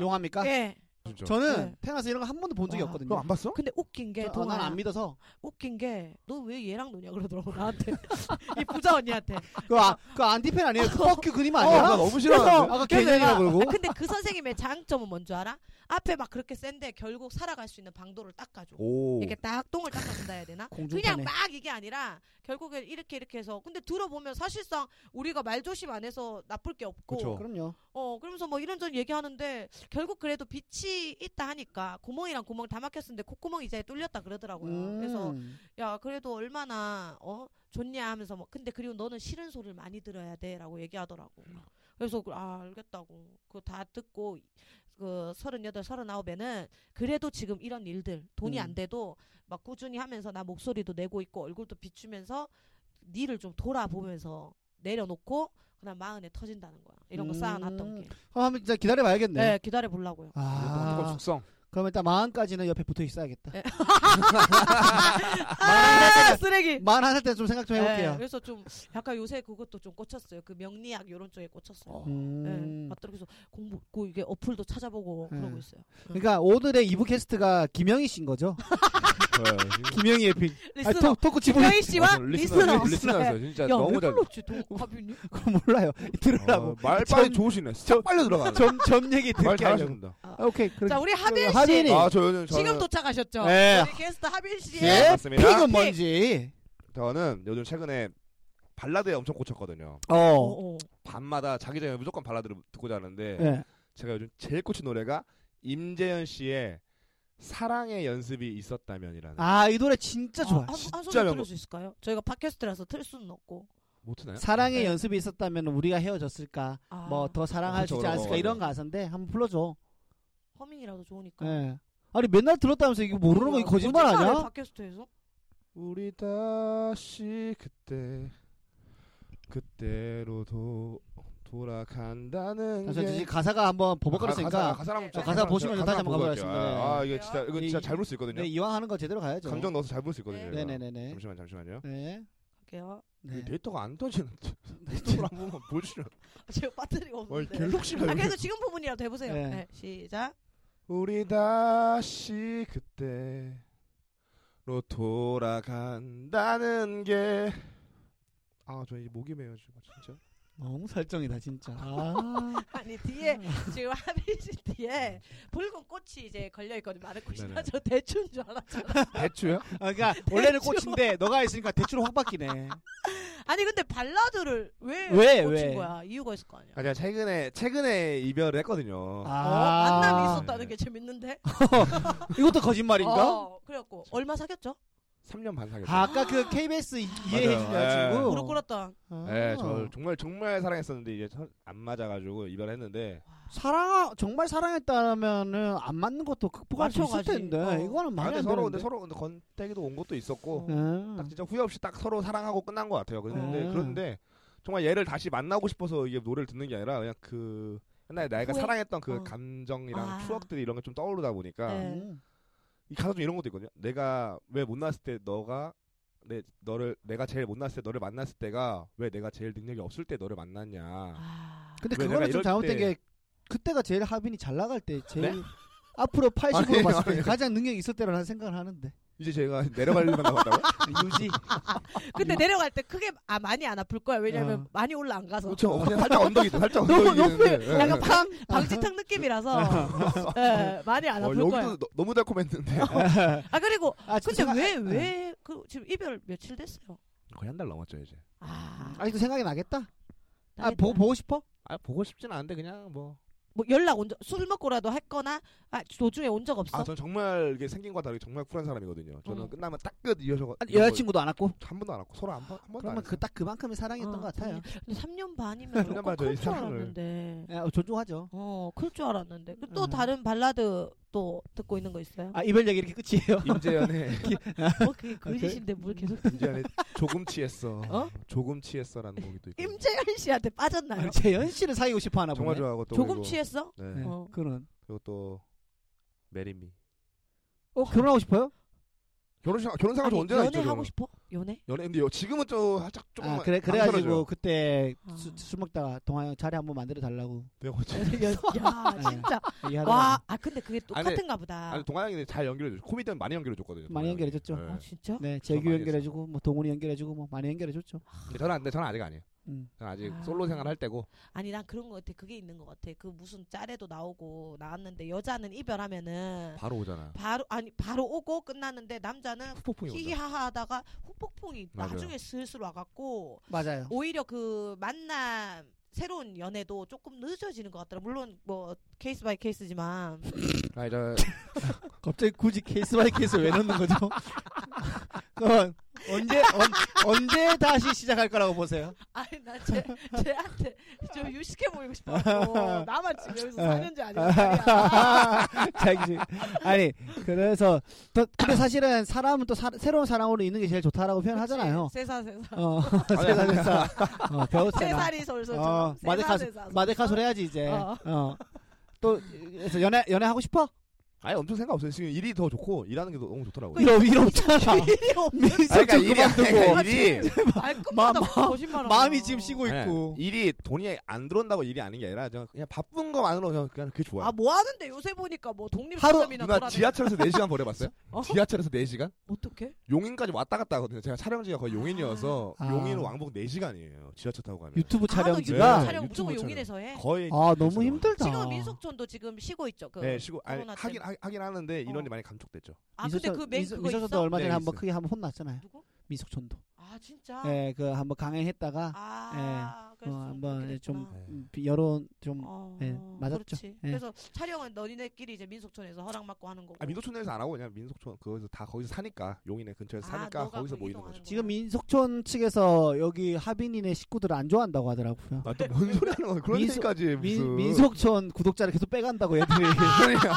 용합니까?
예.
진짜.
저는
예.
태어나서 이런 거 한 번도 본 적이
와,
없거든요.
그거 안 봤어?
근데 웃긴 게
어,
동아
난안 믿어서.
웃긴 게 너 왜 얘랑 노냐 그러더라고 나한테 이 부자 언니한테.
그, 아, 그 안티팬 아니에요? 뻑큐 그림
어,
아니야?
나 너무 싫어하는데.
그래서
아까 개념이라
내가-
그러고.
아, 근데 그 선생님의 장점은 뭔지 알아? 앞에 막 그렇게 센데 결국 살아갈 수 있는 방도를 닦아줘.
오.
이렇게 딱 똥을 닦아준다 해야 되나?
공중파네.
그냥 막 이게 아니라 결국에 이렇게 이렇게 해서 근데 들어보면 사실상 우리가 말조심 안 해서 나쁠 게 없고
그쵸.
그럼요.
어 그러면서 뭐 이런저런 얘기하는데 결국 그래도 빛이 있다 하니까 구멍이랑 구멍 다 막혔었는데 콧구멍이 이제 뚫렸다 그러더라고요 그래서
음.
야 그래도 얼마나 어 좋냐 하면서 뭐 근데 그리고 너는 싫은 소리를 많이 들어야 돼라고 얘기하더라고
음.
그래서 그- 아 알겠다고 그거 다 듣고 그 서른여덟 서른아홉에는 그래도 지금 이런 일들 돈이
음.
안 돼도 막 꾸준히 하면서 나 목소리도 내고 있고 얼굴도 비추면서 니를 좀 돌아보면서 내려놓고 그다음 마흔에 터진다는 거야 이런 거
음.
쌓아놨던 게
그럼 한번 진짜 기다려봐야겠네.
네, 기다려 보려고요.
조금
아,
숙성.
그럼 일단 마흔까지는 옆에 붙어 있어야겠다.
네.
마흔
쓰레기.
마흔 살 때 좀 생각 좀
예,
아. 해볼게요.
그래서 좀 약간 요새 그것도 좀 꽂혔어요. 그 명리학 이런 쪽에 꽂혔어요.
어.
음.
예, 봤더니 그래서 공부 그 이게 어플도 찾아보고
네.
그러고 있어요.
그러니까 오늘의 이브 캐스트가 김영희 씨인 거죠?
네,
김영희의 빈. 아,
리스너
토, 토크 지분.
김영희 씨와
지금
리스너.
어, 리스너였어요. 진짜 너무 잘.
불렀지, 또 가빈이?
그건 몰라요. 들으라고.
어, 말
전-
빨리 좋으시네. 진짜 빨려 들어가.
점, 점 얘기 듣게
말
하려고.
잘하십니다.
아, 오케이. 그럼
자, 우리 하빈 씨
하빈이.
아, 저 요즘 저는
지금 도착하셨죠?
예.
우리 게스트 하빈 씨의
예.
제
맞습니다.
픽은 뭔지.
저는 요즘 최근에 발라드에 엄청 꽂혔거든요.
어.
어, 어.
밤마다 자기 전에 무조건 발라드를 듣고 자는데
예.
제가 요즘 제일 꽂힌 노래가 임재현 씨의 사랑의 연습이 있었다면이라는
아, 이 노래 진짜 좋아.
아, 한, 한
진짜
소절
명곡.
들을 수 있을까요? 저희가 팟캐스트라서 틀 수는 없고.
못 트나요?
사랑의
네.
연습이 있었다면 우리가 헤어졌을까?
아, 네.
뭐 더 사랑할 수
그쵸,
있지
그런
않았을까?
거
이런
같아요.
가사인데 한번 불러줘.
허밍이라도 좋으니까.
예. 아니 맨날 들었다면서 이거 모르는 거
야,
거짓말
그러니까. 거짓말해,
아니야?
팟캐스트에서?
우리 다시 그때 그때로 도, 돌아간다는
잠시만 지금 가사가 한번
아, 가사,
버벅거렸으니까 아,
가사 한번
가사 보시면서 다시 한번
볼게요.
가보겠습니다.
아, 아, 이거 진짜 이거 진짜
이-
잘 볼 수 있거든요.
네, 이왕 하는 거 제대로 가야죠.
감정 넣어서 잘 볼 수 있거든요. 이거.
네네네네.
잠시만 잠시만요.
네.
할게요.
이
네.
데이터가 안 터지는데 데이터를 한번 보면 보여주려.
아, 지금 배터리가
와,
없는데.
갤럭시가
아,
왜
그래서 지금 부분이라도 해보세요.
네.
네. 시작.
우리 다시 그때로 돌아간다는 게. 아, 저 이제 목이 메어지고 진짜.
너무 설정이다 진짜. 아.
아니 뒤에 지금 하빈씨
네.
뒤에 붉은 꽃이 이제 걸려 있거든요. 마른
네네.
꽃이 나저 대추인 줄 알았잖아.
배추요?
아, 그러니까 원래는 꽃인데 너가 있으니까 대추로 확 바뀌네.
아니 근데 발라드를 왜,
왜,
꽂힌
왜?
거야? 이유가 있을 거 아니야.
아, 제가 최근에 최근에 이별을 했거든요.
어,
아.
만남이 있었다는 게 재밌는데.
이것도 거짓말인가?
어, 그래갖고 얼마 사귀었죠?
3년 반 사귀었어요.
아, 아까 그 KBS 이해해
맞아요.
준 여자친구.
무릎 꿇었던.
아.
네, 저 정말 정말 사랑했었는데 이제 첫- 안 맞아가지고 이별했는데
사랑 정말 사랑했다면은 안 맞는 것도 극복할 수 있을
맞춰가지.
텐데
어.
이거는
아,
말이
근데
안
서로
되는데.
근데 서로 근데 건태기도 온 것도 있었고
음.
딱 진짜 후회 없이 딱 서로 사랑하고 끝난 것 같아요. 근데
음.
네.
그런데 정말 얘를 다시 만나고 싶어서 이게 노래를 듣는 게 아니라 그냥 그 옛날에 내가
후회?
사랑했던 그
어.
감정이랑
아.
추억들이 이런 게 좀 떠오르다 보니까
네.
음.
이 가사 중 이런 것도 있거든요. 내가 왜 못났을 때 너가 내 너를 내가 제일 못났을 때 너를 만났을 때가 왜 내가 제일 능력이 없을 때 너를 만났냐.
아.
근데
왜
그거는
내가
좀
이럴
잘못된
때-
게 그때가 제일 하빈이 잘 나갈 때 제일
네?
앞으로 80으로
아니,
봤을 때
아니.
가장 능력이 있었대라는 생각을 하는데
이제 제가 내려갈 일만 남았다고?
유지
근데 내려갈 때 크게 아, 많이 안 아플 거야. 왜냐면
어.
많이 올라 안 가서.
그렇죠. 그냥 살짝 언덕이죠. 살짝
너무
언덕이긴
높이
한데. 예,
네.
약간
예.
방
아.
방지턱 느낌이라서 예, 많이 안
어,
아플
여기도
거야.
너, 너무 달콤했는데
아 그리고
아,
근데
진짜
왜
생각-
왜 그 지금 이별 며칠 됐어요?
거의 한 달 넘었죠 이제.
아,
아직도 생각이 나겠다 그, 아
나겠다.
보고 보고 싶어
아 보고 싶진 않은데 그냥 뭐.
뭐 연락 온술 먹고라도 했거나 아, 도중에 온 적 없어?
아, 전 정말 이게 생긴 거와 다르게 정말 쿨한 사람이거든요. 저는
음.
끝나면 딱끝 이어서
아니, 여자친구도 안 왔고
한 번도 안 왔고 서로 한, 번, 한 번도 안
그러면
했어요.
그 딱 그만큼의 사랑이었던
어,
것 같아요
근데 3년 반이면
삼년
조금
반 저희
클 줄
사랑을-
알았는데.
예, 어, 존중하죠
어, 클 줄 알았는데. 그또
음.
다른 발라드 또 듣고 있는 거 있어요?
아 이별 얘기 이렇게 끝이에요
임재현의 아,
뭐 그게 거짓인데
음.
뭘 계속
임재현의 조금 취했어.
어?
조금 취했어라는 곡이 또 있고.
임재현 씨한테 빠졌나요?
아, 재현 씨를 사귀고 싶어 하나 보네
정말 좋아하고 또
조금
그리고,
취했어?
네.
예,
어.
그런
그리고 또 메리미.
어 결혼하고 싶어요
결혼 생 결혼 생활
아니,
언제나 있죠.
연애 하고
저는.
싶어? 연애?
연애 근데 여- 지금은 좀 살짝 조금
아 그래 그래가지고 그때
아.
수- 술 먹다가 동아 형 자리 한번 만들어 달라고 아, 예.
내가
연, 야 진짜 와
이해하다가
아 근데 그게
아니,
똑같은가 보다.
아니 동아 형이 잘 연결해 줘. 코미디는 많이 연결해 줬거든요.
많이 연결해줬죠.
아 진짜?
네
저
재규
많이
연결해주고 뭐 동훈이 연결해주고 뭐 많이 연결해줬죠
근데 저는 안 돼. 저는 아직 아니에요.
음.
저는 아직
아.
솔로 생활 할 때고.
아니 난 그런 거 같아. 그게 있는 거 같아. 그 무슨 짤에도 나오고 나왔는데 여자는 이별하면은
바로 오잖아.
바로 아니 바로 오고 끝났는데 남자는
폭풍이 오잖아.
히히하하하다가 후폭풍이
맞아요.
나중에 슬슬 와갖고
맞아요
오히려 그 만남 새로운 연애도 조금 늦어지는 것 같더라. 물론 뭐 케이스 바이 케이스지만
아니 저
갑자기 굳이 케이스 바이 케이스 왜 넣는 거죠? 그럼 언제 언, 제 다시 시작할 거라고 보세요?
아니 나쟤 쟤한테 좀 유식해 보이고 싶어서 나만 지금 여기서
아.
4년째 아니야.
자기 아니 그래서 또 근데 사실은 사람은 또 사- 새로운 사랑으로 있는 게 제일 좋다라고 표현하잖아요.
세사 세사.
어 세상 세상 어, 배우 세상
세살이 솔솔.
어, 마데카 마데카 소리야지 이제
어.
어. 또 그래서 연애 연애 하고 싶어?
아니 엄청 생각 없어요. 지금 일이 더 좋고 일하는 게 너무 좋더라고요.
이러 이러 그 없잖아.
아니,
민석
그러니까
좀
일이
그만두고
아니, 일이
뭐 말끔하다 거짓말.
마음이 지금 쉬고
네.
있고.
아니, 일이 돈이 안 들어온다고 일이 아닌 게 아니라 그냥 그냥 바쁜 거만으로 그냥 그냥 그게 좋아요.
아뭐 하는데 요새 보니까 뭐
하루
독립서점이나
누나 지하철에서 4시간 보내봤어요?
어?
지하철에서 4시간?
어떻게?
용인까지 왔다 갔다 하거든요. 제가 촬영지가 거의 용인이어서
아.
용인은 왕복 4시간이에요. 지하철 타고 가면.
유튜브
유튜브
촬영지가
촬영.
촬영 무조건
유튜브
용인에서 해.
거의
아
그래서.
너무 힘들다.
지금 민속촌도 지금 쉬고 있죠. 그
네, 쉬고 아니,
코로나
하긴 하- 하긴 하는데 인원이 많이 감축됐죠.
아 근데
민속촌-
그맹
민속-
그거
민속촌도
있어?
얼마 전에
네,
한번
있어요.
크게 한번 혼났잖아요.
누구?
민속촌도.
아 진짜.
네.
예, 그 한번 강행했다가
뭐,
아 그래서
어,
좀
한번
그렇게
좀
됐구나.
네.
음, 여론 좀
어,
예, 맞았죠.
그렇지.
예.
그래서 촬영은 너희네끼리 이제 민속촌에서 허락 받고 하는 거고.
아, 민속촌에서 안 하고 그냥 민속촌 거기서 다 거기서 사니까 용인에 근처에서
아,
사니까
너가
거기서 뭐
거기
모이는
이동하는
거죠.
지금 민속촌 측에서 여기 하빈이네 식구들을 안 좋아한다고 하더라고요.
나또뭔 소리 하는 거야? 그런
민속-
얘기까지
민,
아, 무슨
민속촌 구독자를 계속 빼간다고 애들이.
소리야.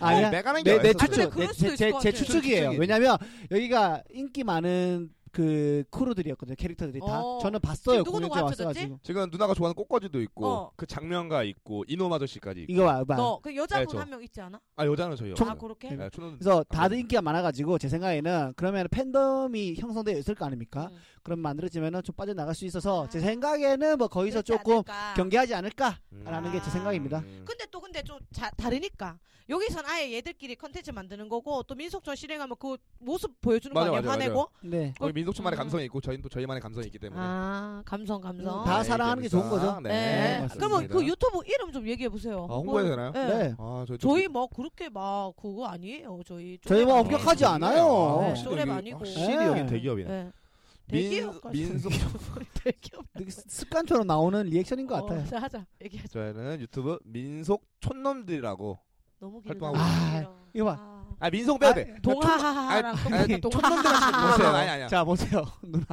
아니야.
내가 하는 게
내, 내
어딨어,
근데
추측,
그러니까 그럴
내-
수도
제,
있을
제,
것
제
같아요.
추측이에요.
추측이.
왜냐면 여기가 인기 많은 그 크루들이었거든요. 캐릭터들이 다.
어.
저는 봤어요.
지금 누구 누구
공연장
합쳐졌지?
왔어가지고.
지금 누나가 좋아하는 꽃거지도 있고
어.
그 장면가 있고 이놈 아저씨까지 있고
이거 봐, 봐.
너그 여자분
네, 저.
한 명 있지 않아?
아 여자는 저희
아
없어요.
그렇게?
네, 초등
그래서 다들
아,
인기가 많아가지고 제 생각에는 그러면 팬덤이 형성되어 있을 거 아닙니까?
음.
그럼 만들어지면은 좀 빠져나갈 수 있어서
아.
제 생각에는 뭐 거기서
그렇지
조금
않을까.
경계하지 않을까라는
음.
게 제 생각입니다.
음.
근데 또 근데 좀 자- 다르니까 여기선 아예 얘들끼리 컨텐츠 만드는 거고 또 민속촌 실행하면 그 모습 보여주는
맞아,
거 아니야
맞아, 맞아.
화내고
네.
거기 민속촌만의
음.
감성이 있고 저희는 또 저희만의 감성이 있기 때문에
아 감성 감성
음, 다 사랑하는 게 좋은 거죠.
네.
네.
맞습니다.
그러면 그 유튜브 이름 좀 얘기해 보세요
아, 홍보해야 되나요?
네.
네.
아, 저희
저희 뭐 그렇게 막 그거 아니에요 저희
저희 뭐
좀-
엄격하지 않아요.
네,
아,
또래
여기
아니고.
확실히
네.
여긴 대기업이네.
네.
민,
대기업까지.
민속
대기업
되게 습- 습관처럼 나오는 리액션인 것 같아요.
어, 자, 하자 얘기하자
저희는 유튜브 민속 촌놈들이라고.
너무 길다
활동하고
아, 이거 봐.
아, 민속 빼야 돼.
동하하하랑
아니,
동하하하
보세요. 아니 아니야.
자 보세요 누나.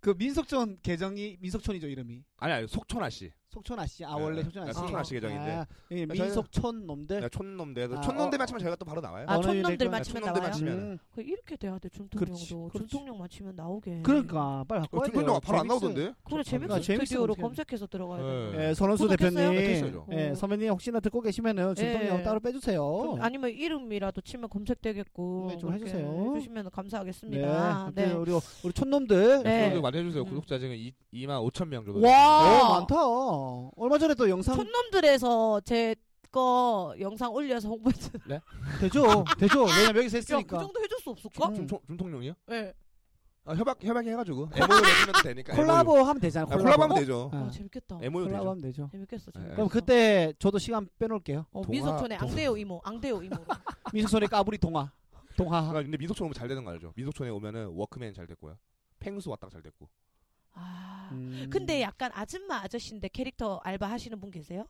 그 민속촌 계정이 민속촌이죠 이름이.
아니 아니. 속촌아 씨.
속촌아 씨. 아
네,
원래
네.
속촌아
네,
씨.
속촌 아씨 계정인데.
아, 예,
저희는-
민속촌 놈들.
네, 촌놈들에서
아,
촌놈들
어.
맞추면 저희가 또 바로 나와요.
아
어느
촌놈들
일일까요?
맞추면
촌놈들
나와요?
맞추면-
음.
그 이렇게 돼야 돼
그렇지,
중통령도
그렇지.
중통령 맞추면 나오게
그러니까 빨리 바꿔야 돼요.
중통령 바로 안
재밌어요. 아, 그러니까
나오던데.
그래 재밌어
재밌어,
스튜디오로
어떻게
검색해서 들어가야 돼
그러니까 네.
예, 손원수
구독했어요?
대표님,
구독했어요.
예, 선배님 혹시나 듣고 계시면은 준동형
예.
따로 빼주세요.
그럼 아니면 이름이라도 치면 검색되겠고
어. 네, 좀
그렇게
해주세요.
해주시면
네,
감사하겠습니다
아무튼
네.
우리 우리 촌놈들.
네.
구독 많이 해주세요.
음.
구독자 지금 2, 2만 5천 명 정도. 어?
와.
오, 어, 많다. 얼마 전에 또 영상
아. 촌놈들에서 제 거 영상 올려서 홍보했어
되죠, 되죠. 왜냐면
야그
여기서 했으니까.
정도 해줄 수 없을까?
음.
중통 중통령이요?
네.
아, 협약 협약해가지고 MOU를 해주면 되니까.
콜라보 하면 되잖아.
MOU. 아, 콜라보하면 되죠. 네.
아,
와 어, 재밌겠다
MOU
콜라보
되죠.
하면 되죠.
재밌겠어 재밌겠어
그럼 그때 저도 시간 빼놓을게요.
어,
아, 동화-
민속촌의
동-
앙대요 이모 앙대요 이모
미숙소리 까불이 동화, 동화.
아, 근데 민속촌 오면 잘 되는 거 알죠? 민속촌에 오면은 워크맨 잘 됐고요. 펭수 왔다가 잘 됐고.
아
음.
근데 약간 아줌마 아저씨인데 캐릭터 알바 하시는 분 계세요?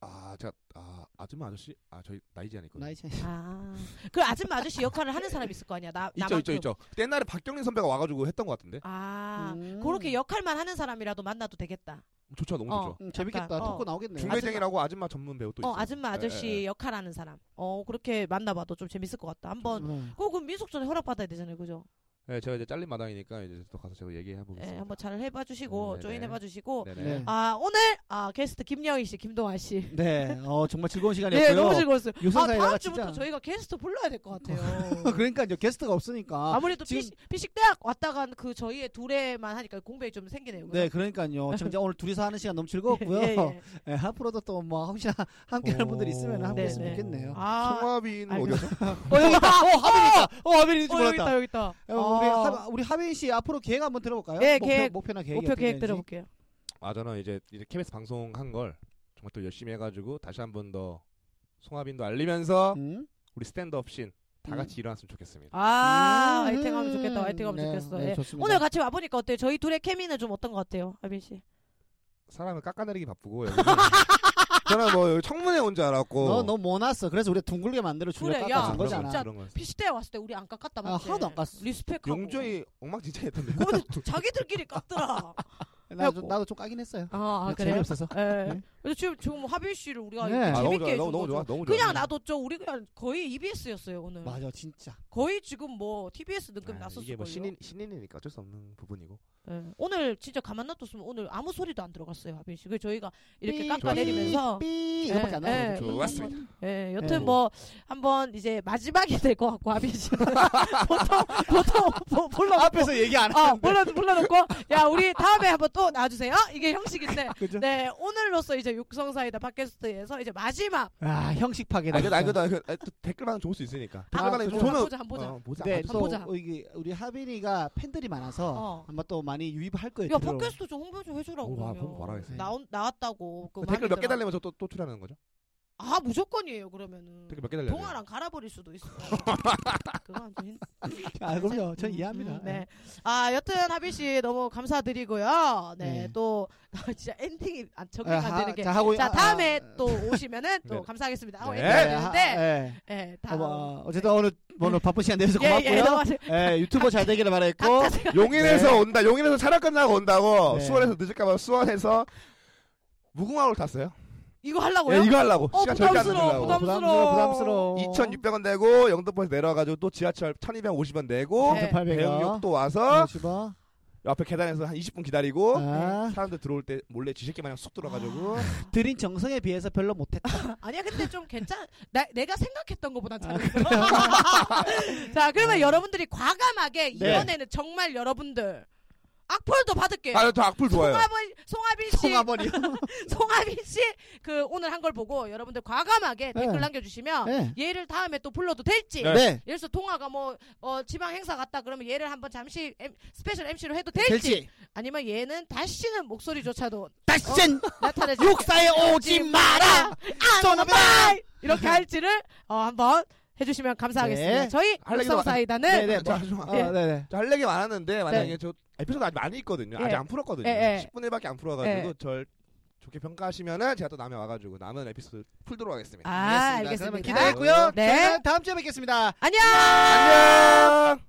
아, 제가 아 아줌마 아저씨, 아 저희 나이 제한 있거든요.
나이 차이.
아, 그 아줌마 아저씨 역할을 하는 사람 있을 거 아니야? 나
있죠,
나만큼.
있죠, 있죠. 그때 옛날에 박경림 선배가 와가지고 했던 것 같은데.
아,
음.
그렇게 역할만 하는 사람이라도 만나도 되겠다.
좋죠, 너무
어.
좋죠.
음, 재밌겠다.
잠깐, 어.
토크 나오겠네. 요
중매쟁이라고 아줌마 전문 배우 또 있어요.
어, 아줌마 아저씨
예, 예, 예.
역할하는 사람. 어, 그렇게 만나봐도 좀 재밌을 것 같다. 한번.
음.
어, 그럼 민속촌에 허락 받아야 되잖아요, 그죠?
네, 제가 이제 잘린 마당이니까 이제 또 가서 제가 얘기해 보겠습니다.
예, 한번 잘 해봐주시고
네, 네,
조인
네.
해봐주시고.
네네.
음, 네.
아, 오늘 아 게스트 김영희 씨, 김동아 씨.
네, 어 정말 즐거운 시간이었고요.
네, 너무 즐거웠어요. 아,
요선사에
다음
내가
주부터
진짜-
저희가 게스트 불러야 될 것 같아요.
그러니까 이제 게스트가 없으니까.
아무래도
지금-
피식, 피식대학 왔다가 그 저희의 둘에만 하니까 공백이 좀 생기네요. 그죠?
네, 그러니까요. 지금 이제 오늘 둘이서 하는 시간 너무 즐거웠고요.
예, 예.
예, 앞으로도 또 뭐 혹시나 함께하는 분들이 있으면 함께
네,
했으면
네.
좋겠네요.
아,
송하빈은
알겠-
어디였죠?
어, 여기 있다. 어, 하빈이 있다. 어, 하빈이 있는지
어, 여기
몰랐다.
있다, 여기 있다.
야, 우리
아.
하, 우리 하빈 씨 앞으로 계획 한번 들어볼까요?
네,
목표,
계획.
목표나 계획.
목표 계획 들어볼게요.
아 저는 이제 이제 KBS 방송 한 걸 정말 또 열심히 해가지고 다시 한 번 더 송하빈도 알리면서
음?
우리 스탠드업 씬 다
음.
같이 일어났으면 좋겠습니다.
아,
음.
화이팅하면 좋겠다. 화이팅하면
네,
좋겠어.
네,
예.
좋습니다.
오늘 같이 와 보니까 어때요? 저희 둘의 케미는 좀 어떤 것 같아요, 하빈 씨?
사람을 깎아내리기 바쁘고 여기는 저는 뭐 여기 청문회 온 줄 알았고
너 너무 못 왔어. 그래서 우리 둥글게 만들어 주려
그래,
아,
깎아준
야,
거잖아.
진짜.
그런 거였어.
피시대에 왔을 때 우리 안 깎았다
아,
맞지?
하나도 안 깠어.
리스펙하고. 네.
용준이 엉망진창했던데.
그거는 자기들끼리 깠더라.
나도, 좀- 나도 좀 까긴 했어요.
아, 아 그래요?
네, 재미없어서.
예. 그래서 지금 지금 하빈 씨를 우리가
네.
이렇게
아, 너무
재밌게
좋아,
해준
너무, 너무
거죠.
좋아, 너무 좋아.
그냥 나도 저 우리 그냥 거의 EBS였어요 오늘.
맞아, 진짜.
거의 지금 뭐 TBS 등급
아,
났었을
이게
거예요.
뭐 신인 신인이니까 어쩔 수 없는 부분이고.
예. 오늘 진짜 가만 놔뒀으면 오늘 아무 소리도 안 들어갔어요 하빈 씨. 그 저희가 이렇게
삐,
깎아내리면서
삐, 삐 이거밖에 안
예,
나와요.
예.
좋았습니다.
예, 여튼
네.
뭐 한번 이제 마지막이 될 것 같고 하빈 씨 보통 보통 보- 불러
앞에서 얘기 안
아 불러 불러놓고 야 우리 다음에 한번 또 나와주세요 이게 형식인데
그죠?
네 오늘로써 이제 육성사이다 팟캐스트에서 이제 마지막
아, 형식 파괴다.
아, 그래도 아, 그래도 아, 그래도 댓글 반응 좋을 수 있으니까. 댓글 반응
한번
그렇죠.
네. 아, 보자
저는
한번 보자
어, 보자.
네,
보자.
또
보자.
어, 이게 우리 하빈이가 팬들이 많아서
어.
아마 또 많이 유입할 거예요.
야
들어오면.
팟캐스트 좀 홍보 좀 해주라고
와,
그러면.
홍보 말하겠어요.
나온 나왔다고 그
댓글 몇
많이들
개 달리면 저또 또 출연하는 거죠?
아 무조건이에요 그러면은
댓글 몇 개 달려야 돼요?
동아랑 갈아버릴 수도 있어 그건 좀 힘-
아, 그럼요. 전
음,
이해합니다. 예.
음, 네. 아, 여튼 하빈 씨 너무 감사드리고요. 네,
네.
또 진짜 엔딩이 안
아,
정리가 안
하,
되는 게.
자, 하고
자,
아,
다음에
아,
또 오시면은 또
네.
감사하겠습니다. 하고
네.
엔딩 안
네, 하-
되는데.
예.
예,
아,
다음. 네.
뭐, 어, 어쨌든 오늘 오늘 바쁜 시간 내주셔서 고맙고요.
예, 예, 너무 아,
예, 유튜버 잘 되기를 바라겠고.
각자 생각-
용인에서 온다. 용인에서 차량 끝나고 온다고.
네.
수원에서 늦을까봐 수원에서 무궁화호를 탔어요.
이거 하려고요?
예, 이거 하려고
어,
시간 절대 안
부담스러워,
들려고.
부담-
부담스러워. 부담스러워.
어. 2,600원 내고 영등포에서 내려와가지고 또 지하철 1,250원 내고
네.
800원.
대흥역 또 와서
50원.
옆에 계단에서 한 20분 기다리고
아,
사람들 들어올 때 몰래 쥐새끼 마냥 쑥 들어가지고
드린 정성에 비해서 별로 못했다.
아니야 근데 좀 괜찮 나, 내가 생각했던 것보단
아,
잘했어 자 그러면 여러분들이
네.
과감하게 이번에는 정말 여러분들 악플도 받을게요
아저 악플 좋아요
송하빈 송하빈 씨
송아버리요.
송하빈 씨 그 오늘 한 걸 보고 여러분들 과감하게
네.
댓글 남겨주시면
네.
얘를 다음에 또 불러도 될지
네.
네.
예를 들어서 통화가 뭐 어, 지방 행사 갔다 그러면 얘를 한번 잠시 엠- 스페셜 MC로 해도 될지,
될지.
아니면 얘는 다시는 목소리조차도
다신
나타내지
육사에 오지 마라. 쏘나봐.
않을 이렇게 할지를 어, 한번 해주시면 감사하겠습니다.
네.
저희
할 얘기도
육성사이다는
네네.
자, 죄송합니다.
어, 네네.
저 할 얘기 많았는데 만약에
네.
저 에피소드 아직 많이 있거든요.
예.
아직 안 풀었거든요.
예, 예.
10분 1밖에 안 풀어가지고
예.
절 좋게 평가하시면은 제가 또 남에 와가지고 남은 에피소드 풀도록 하겠습니다.
아
알겠습니다. 그러면
알겠습니다.
기대했고요.
네.
저희는 다음 주에 뵙겠습니다.
안녕.
안녕.